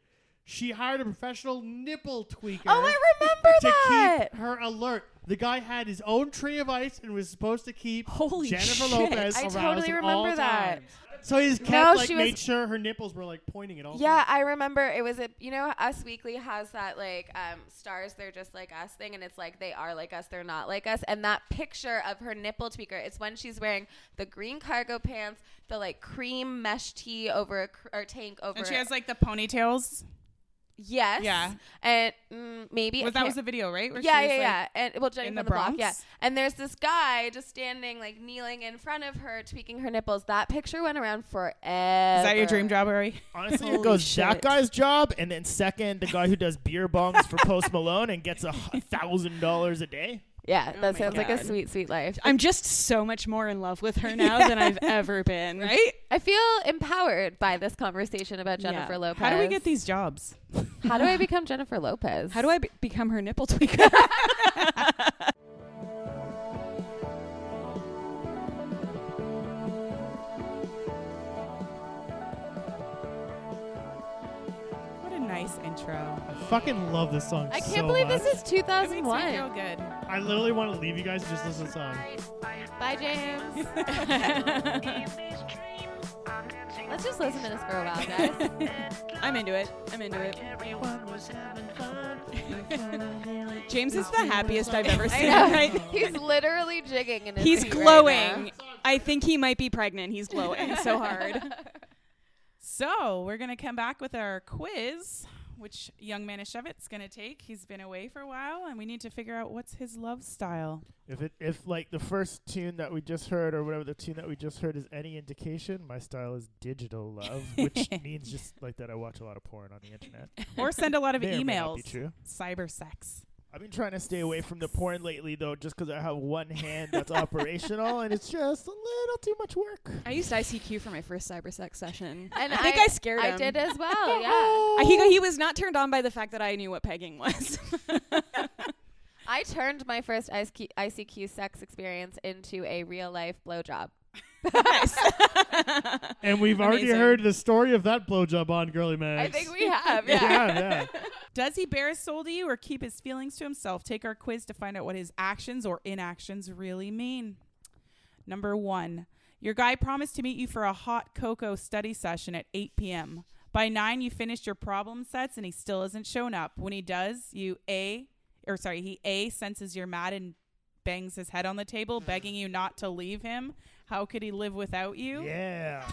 E: She hired a professional nipple tweaker
F: Oh, I remember
E: to
F: that.
E: keep her alert. The guy had his own tree of ice and was supposed to keep
D: Holy
E: Jennifer
D: shit.
E: Lopez
F: I
E: aroused
F: totally
E: at
F: remember
E: all
F: that.
E: times. So his cat
F: No,
E: like
F: she was-
E: made sure her nipples were like pointing at all.
F: Yeah,
E: times.
F: I remember it was a you know Us Weekly has that like um, stars they're just like us thing, and it's like they are like us, they're not like us, and that picture of her nipple tweaker it's when she's wearing the green cargo pants, the like cream mesh tee over a cr- or tank over.
G: And she
F: a-
G: has like the ponytails.
F: yes,
G: Yeah.
F: and mm, maybe I
G: Was that
F: can't-
G: was the video, right? Where
F: yeah,
G: she
F: yeah,
G: was, like,
F: yeah. And well, Jenny
G: in
F: from
G: the
F: the, block, yeah.
G: Bronx?
F: And there's this guy just standing, like kneeling in front of her, tweaking her nipples. That picture went around forever.
G: Is that your dream job, Ari?
H: Honestly,
D: Holy
H: it goes that
D: shit.
H: guy's job, and then second, the guy who does beer bongs for Post Malone and gets a thousand dollars a day.
G: Oh
F: Yeah, that
D: my
F: sounds like a
D: God.
F: sweet, sweet life.
D: I'm just so much more in love with her now than I've ever been.
G: Right?
F: I feel empowered by this conversation about Jennifer
D: Yeah.
F: Lopez.
G: How do we get these jobs?
F: How do I become Jennifer Lopez?
D: How do I be- become her nipple tweaker?
G: What a nice intro.
E: I fucking love this song.
F: I can't
E: so
F: believe
E: much.
F: this is
G: That makes me feel
F: 2001.
G: good.
E: I literally want to leave you guys and just listen to the song.
F: Bye, James. Let's just listen to this for a while, guys.
D: I'm into it. I'm into it.
C: uh,
D: James is the happiest I've ever
F: I
D: seen.
F: know.
D: Right?
F: He's literally jigging in his
D: He's
F: seat right
D: glowing.
F: now.
D: I think he might be pregnant. He's glowing so hard.
G: So we're gonna come back with our quiz, which young Manischewitz gonna take. He's been away for a while, and we need to figure out what's his love style.
H: If it, if like the first tune that we just heard, or whatever the tune that we just heard is any indication, my style is digital love, which means just like that I watch a lot of porn on the internet.
G: Or send a lot of
H: May or may not be
G: emails.
H: true.
G: Cyber sex.
E: I've been trying to stay away from the porn lately, though, just because I have one hand that's operational, and it's just a little too much work.
D: I used ICQ for my first cyber sex session.
F: And
D: I, think I scared
F: I
D: him.
F: did as well. Yeah.
D: I- he, he was not turned on by the fact that I knew what pegging was.
F: I turned my first ICQ ICQ sex experience into a real life blowjob.
B: And we've already
D: Amazing.
B: heard the story of that blowjob on Girly Mags.
F: I think we have. Yeah.
B: yeah, yeah.
G: Does he bear his soul to you or keep his feelings to himself? Take our quiz to find out what his actions or inactions really mean. Number one, your guy promised to meet you for a hot cocoa study session at 8 p.m. By 9, you finished your problem sets and he still isn't shown up. When he does, you A, or sorry, he A, senses you're mad and bangs his head on the table, begging you not to leave him. How could he live without you?
E: Yeah.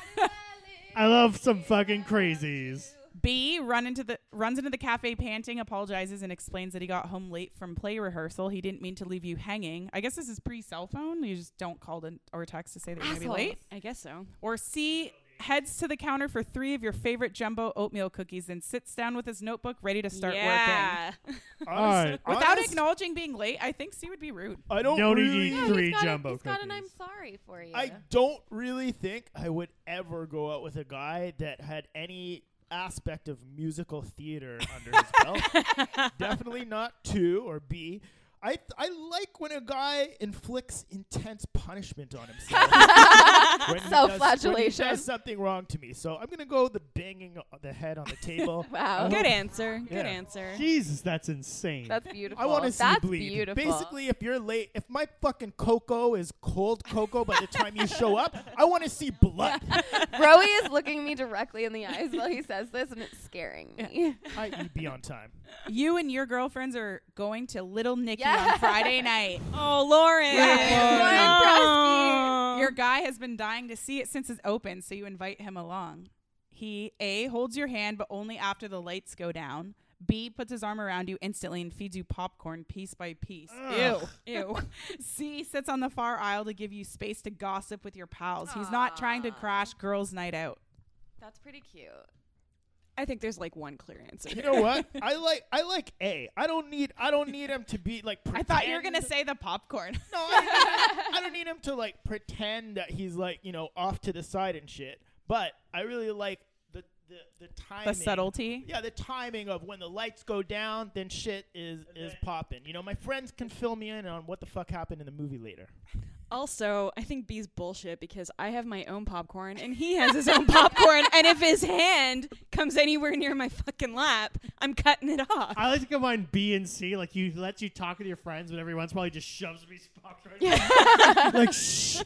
B: I love some fucking crazies.
G: B run into the runs into the cafe panting, apologizes, and explains that he got home late from play rehearsal. He didn't mean to leave you hanging. I guess this is pre cell phone. You just don't call to, or text to say that you're gonna be late.
D: I guess so.
G: Or C heads to the counter for three of your favorite jumbo oatmeal cookies, then sits down with his notebook ready to start working.
B: All right.
G: Without
E: Honest-
G: acknowledging being late, I think C would be rude.
E: I don't
B: Don't
E: really
B: eat
F: Yeah,
B: Three
F: he's got a-
B: jumbo
F: he's got an I'm
B: cookies.
F: sorry for you.
E: I don't really think I would ever go out with a guy that had any aspect of musical theater under his belt. Definitely not two or B. I, I like when a guy inflicts intense punishment on himself. When he does- when he
F: Self-flagellation.
E: does something wrong to me. So I'm going to go with the banging o- the head on the table.
F: Wow.
E: I
D: Oh, Good
E: hope-
D: answer. Good
E: Yeah.
D: answer.
B: Jesus, that's insane.
F: That's beautiful.
E: I want to see
F: That's
E: bleed.
F: beautiful.
E: Basically, if you're late, if my fucking cocoa is cold cocoa by the time you show up, I want to see blood.
F: Rowie is looking me directly in the eyes while he says this, and it's scaring me.
E: I would be on time.
G: You and your girlfriends are going to Little Nicky
F: Yeah.
G: on Friday night.
D: Oh, Lauren.
F: Lauren Brusky.
E: Uh-huh.
G: Your guy has been dying to see it since it's open, so you invite him along. He A holds your hand but only after the lights go down. B puts his arm around you instantly and feeds you popcorn piece by piece. Ew. Ew. C sits on the far aisle to give you space to gossip with your pals. He's not trying
E: Ah.
G: to
F: Aw.
G: crash girls' night out.
F: That's pretty cute.
D: I think there's like one clear answer.
E: You know what? I like I like A. I don't need I don't need him to be like.
G: I
E: Pretend.
G: thought you were gonna say the popcorn.
E: No, I don't, need him, I don't need him to like pretend that he's like you know off to the side and shit. But I really like the the the timing.
G: the subtlety.
E: Yeah, the timing of when the lights go down, then shit is is popping. You know, my friends can fill me in on what the fuck happened in the movie later.
D: Also, I think B's bullshit because I have my own popcorn and he has his own popcorn. And if his hand comes anywhere near my fucking lap, I'm cutting it off.
B: I like to combine B and C. Like, you lets you talk with your friends, but every once in a while, he just shoves me spot right Like, shh.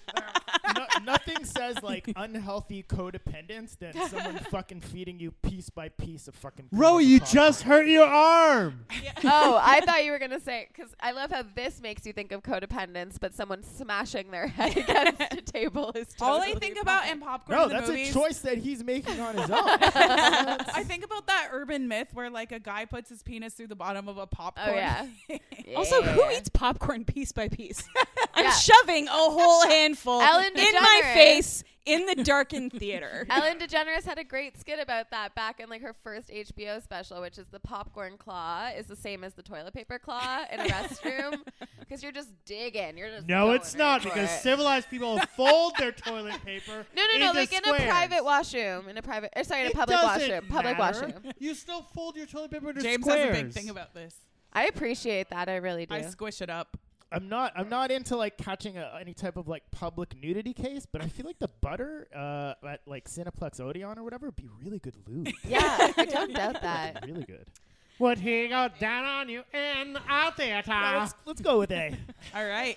E: no, nothing says like unhealthy codependence than someone fucking feeding you piece by piece of fucking.
B: Rowie, you
E: popcorn.
B: just hurt your arm.
F: oh, I thought you were gonna say because I love how this makes you think of codependence, but someone smashing their head against a table is
G: All I
F: totally
G: think
F: fine.
G: about in popcorn.
E: No,
G: in the
E: that's
G: movies
E: a choice that he's making on his own.
G: I think about that urban myth where like a guy puts his penis through the bottom of a popcorn.
F: Oh yeah.
D: Also, who
F: Yeah.
D: eats popcorn piece by piece? I'm
F: Yeah.
D: shoving a whole handful
F: Ellen
D: in my
F: DeGeneres.
D: face in the darkened theater.
F: Ellen DeGeneres had a great skit about that back in like her first HBO special, which is the popcorn claw is the same as the toilet paper claw in a restroom because you're just digging. You're just
B: No,
F: going
B: it's not
F: right for
B: because
F: it.
B: civilized people fold their toilet paper.
F: no, no, no,
B: into
F: like in a
B: squares.
F: private washroom, in a private, or sorry, in a
B: It
F: public
B: doesn't
F: washroom, public
B: matter.
F: washroom.
B: You still fold your toilet paper into
G: James
B: squares.
G: has a big thing about this.
F: I appreciate that. I really do.
G: I squish it up.
E: I'm not. I'm not into like catching a, any type of like public nudity case, but I feel like the butter uh, at like Cineplex Odeon or whatever would be really good lube.
F: yeah, I don't doubt that.
E: really good.
B: Would he go down on you in our theater?
E: Yeah, let's, let's go with A.
G: All right.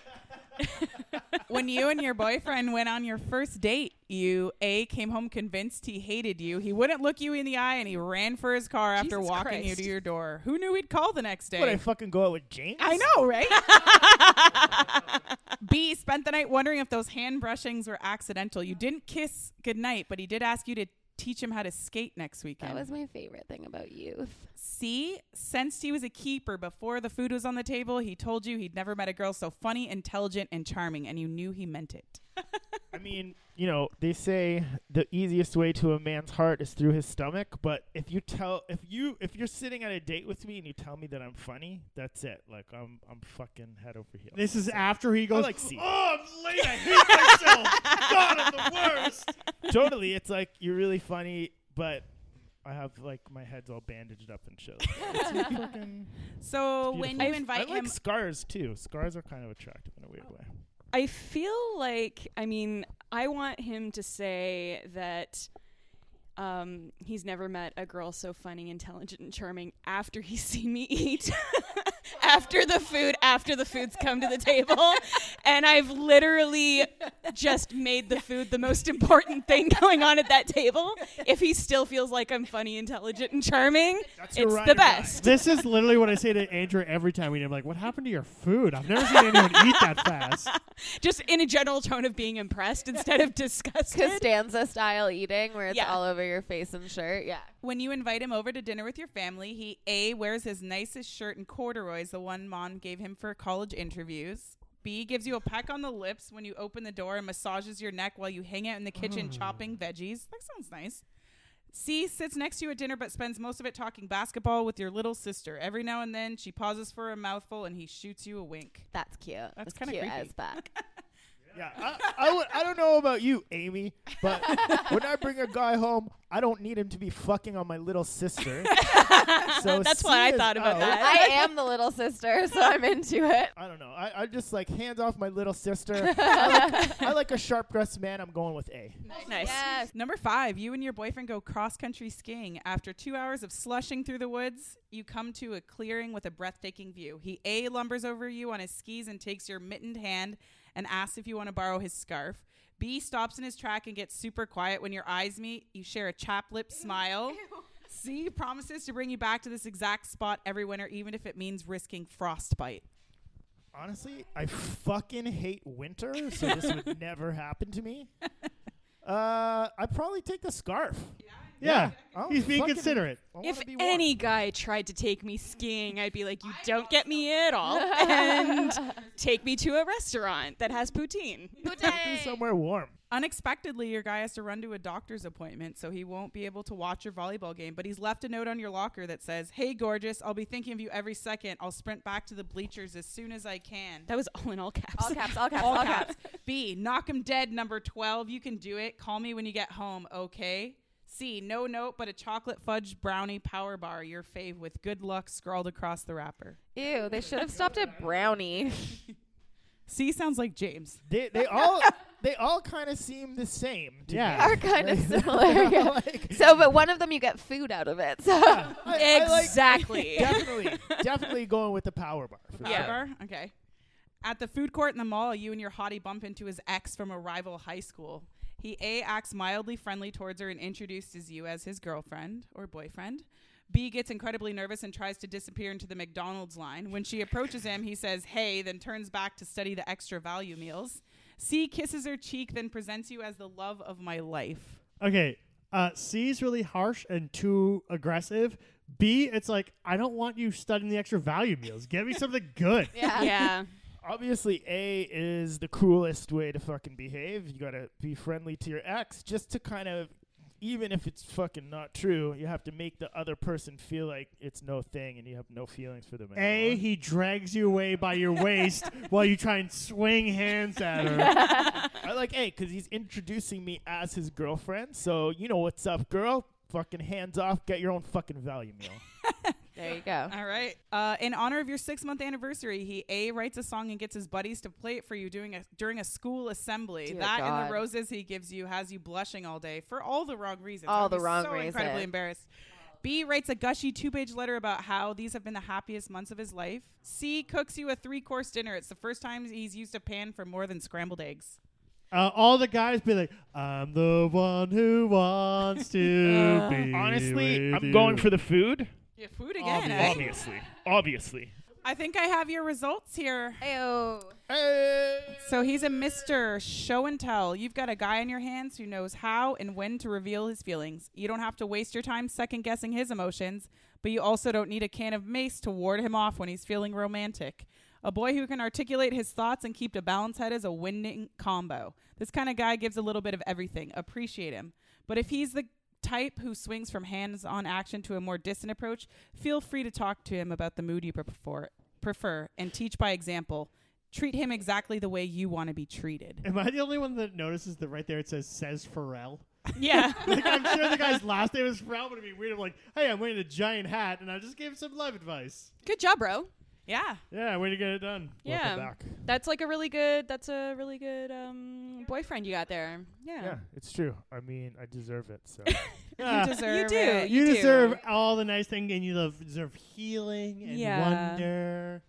G: when you and your boyfriend went on your first date, you A came home convinced he hated you. He wouldn't look you in the eye and he ran for his car after
D: Jesus
G: walking you
D: Christ.
G: to your door. Who knew he'd call the next day?
E: Would I fucking go out with James?
G: I know, right? B spent the night wondering if those hand brushings were accidental. You didn't kiss goodnight, but he did ask you to teach him how to skate next weekend.
F: That was my favorite thing about youth.
G: C sensed he was a keeper before the food was on the table. He told you he'd never met a girl so funny, intelligent, and charming, and you knew he meant it.
E: I mean, you know, they say the easiest way to a man's heart is through his stomach, but if you tell if you if you're sitting at a date with me and you tell me that I'm funny, that's it. Like I'm I'm fucking head over heels.
H: This is after he goes.
E: like seeing
H: oh, I'm late. I hate myself. God, I'm the worst.
E: totally. It's like you're really funny, but I have like my head's all bandaged up and shit.
G: So
E: It's
G: when
E: beautiful.
G: you
E: I
G: invite
E: like
G: him,
E: scars too. Scars are kind of attractive in a weird way.
D: I feel like, I mean, I want him to say that um, he's never met a girl so funny, intelligent, and charming after he's seen me eat. after the food, after the food's come to the table. And I've literally just made the food the most important thing going on at that table. If he still feels like I'm funny, intelligent, and charming,
E: your
D: it's
E: ride or
D: the
E: die.
D: best.
H: This is literally what I say to Andrew every time we. I'm like, "What happened to your food? I've never seen anyone eat that fast."
D: Just in a general tone of being impressed instead of disgusted.
F: Costanza style eating where it's
D: Yeah.
F: all over your face and shirt. Yeah.
G: when you invite him over to dinner with your family, he a wears his nicest shirt and corduroys, the one mom gave him for college interviews. B gives you a peck on the lips when you open the door and massages your neck while you hang out in the kitchen chopping veggies. That sounds nice. C sits next to you at dinner but spends most of it talking basketball with your little sister. Every now and then she pauses for a mouthful and he shoots you a wink.
F: That's cute. That's,
G: kinda
F: cute
G: creepy.
F: as fuck.
E: Yeah, I, I, would, I don't know about you, Amy, but when I bring a guy home, I don't need him to be fucking on my little sister. So
D: That's
E: C
D: what I
E: is
D: thought about
E: out.
D: that.
F: I am the little sister, so I'm into it.
E: I don't know. I, I just like hands off my little sister. I like, I like a sharp dressed man. I'm going with A.
D: Nice.
F: Yes.
G: Number five, you and your boyfriend go cross country skiing. After two hours of slushing through the woods, you come to a clearing with a breathtaking view. He A lumbers over you on his skis and takes your mittened hand and asks if you want to borrow his scarf. B stops in his track and gets super quiet when your eyes meet. You share a chap lip smile. C promises to bring you back to this exact spot every winter, even if it means risking frostbite.
E: Honestly, I fucking hate winter, so this would never happen to me. Uh, I'd probably take the scarf.
H: Yeah,
E: Oh,
H: he's being
E: fucking-
H: considerate.
E: I wanna
D: If
E: be warm.
D: any guy tried to take me skiing, I'd be like, "You don't get me at all," and take me to a restaurant that has poutine.
E: Be somewhere warm.
G: Unexpectedly, your guy has to run to a doctor's appointment, so he won't be able to watch your volleyball game. But he's left a note on your locker that says, Hey, gorgeous, I'll be thinking of you every second. I'll sprint back to the bleachers as soon as I can.
D: That was all in all caps.
F: All caps, all caps,
G: All
F: all
G: caps.
F: caps.
G: B, knock him dead, number 12. You can do it. Call me when you get home, okay? C, no note, but a chocolate fudge brownie power bar, your fave, with good luck scrawled across the wrapper.
F: Ew, they should have stopped at brownie.
G: C sounds like James.
E: They they all they all kind of seem the same. To
H: Yeah.
E: me.
F: Are kind of similar. yeah.
E: Like-
F: So, but one of them you get food out of it. So,
E: I- I like-
D: Exactly.
E: definitely, definitely going with the power bar. For
G: Power
E: sure.
G: bar? Okay. At the food court in the mall, you and your hottie bump into his ex from a rival high school. He A acts mildly friendly towards her and introduces you as his girlfriend or boyfriend. B gets incredibly nervous and tries to disappear into the McDonald's line. When she approaches him, he says, Hey, then turns back to study the extra value meals. C kisses her cheek, then presents you as the love of my life.
H: Okay, uh, C is really harsh and too aggressive. B, it's like I don't want you studying the extra value meals. Get me something good.
F: yeah.
D: yeah.
E: Obviously, A is the coolest way to fucking behave. You gotta be friendly to your ex just to kind of, even if it's fucking not true, you have to make the other person feel like it's no thing and you have no feelings for them.
H: A,
E: anymore.
H: he drags you away by your waist while you try and swing hands at her.
E: I like A because he's introducing me as his girlfriend. So you know what's up, girl. Fucking hands off. Get your own fucking value meal.
F: There you go.
G: All right. Uh, in honor of your six month anniversary, he a writes a song and gets his buddies to play it for you doing a, during a school assembly.
F: Dear
G: that and
F: God.
G: the roses he gives you has you blushing all day for all the wrong reasons.
F: All
G: I'd be
F: the wrong
G: so Incredibly
F: reasons.
G: embarrassed. B writes a gushy two page letter about how these have been the happiest months of his life. C cooks you a three course dinner. It's the first time he's used a pan for more than scrambled eggs.
H: Uh, all the guys be like, "I'm the one who wants to be."
E: Uh, Honestly,
H: with
E: I'm
H: you."
E: going for the food.
G: Yeah, food again. eh?
E: Obviously, obviously.
G: I think I have your results here.
F: Ew.
G: So he's a Mr. Show and Tell. You've got a guy in your hands who knows how and when to reveal his feelings. You don't have to waste your time second guessing his emotions, but you also don't need a can of mace to ward him off when he's feeling romantic. A boy who can articulate his thoughts and keep a balanced head is a winning combo. This kind of guy gives a little bit of everything. Appreciate him. But if he's the type who swings from hands on action to a more distant approach, feel free to talk to him about the mood you prefer, prefer and teach by example. Treat him exactly the way you want to be treated.
E: Am I the only one that notices that right there it says says Pharrell?
G: Yeah.
E: Like I'm sure the guy's last name is Pharrell, but it'd be weird. I'm like, hey, I'm wearing a giant hat, and I just gave some life advice.
D: Good job, bro.
G: yeah.
E: Yeah, way to get it done.
D: Yeah.
H: Welcome back.
D: That's like a really good. That's a really good um, boyfriend you got there.
H: Yeah, it's true. I mean, I deserve it. So
E: Yeah.
G: You deserve
D: do.
G: it.
E: You
D: do.
E: deserve all the nice things, and you love, deserve healing and
D: Yeah.
E: wonder.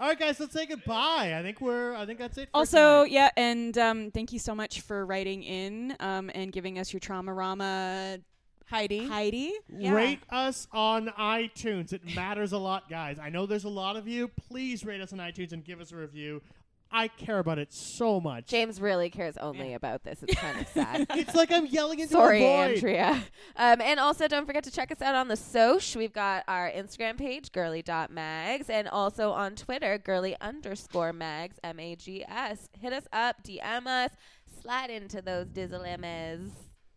E: All right, guys, let's say goodbye. I think we're. I think that's it. For
D: Also,
E: tonight.
D: yeah, and um, thank you so much for writing in um, and giving us your trauma rama,
G: Heidi.
D: Heidi.
E: rate us on iTunes. It matters a lot, guys. I know there's a lot of you. Please rate us on iTunes and give us a review. I care about it so much.
F: James really cares only about this. It's kind of sad.
E: It's like I'm yelling into
F: Sorry,
E: a void.
F: Andrea. Um, and also, don't forget to check us out on the Soch. We've got our Instagram page, girly.mags, and also on Twitter, girly underscore mags, M A G S. Hit us up, DM us, slide into those dizzlemmas.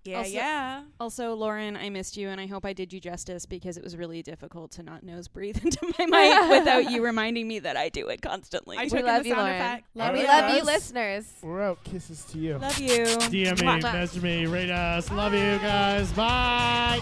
G: Yeah,
D: Also-
G: yeah.
D: Also, Lauren, I missed you, and I hope I did you justice because it was really difficult to not nose breathe into my mic without you reminding me that I do it constantly.
G: I
F: We
G: took in
F: love
G: the
F: you,
G: sound
F: Lauren.
G: effect.
H: Love
F: we
H: you
F: love you,
H: guys.
F: listeners.
H: we're out. Kisses to you.
D: Love you.
E: DM me,
F: Mwah.
E: message me, rate us. Love you guys. Bye.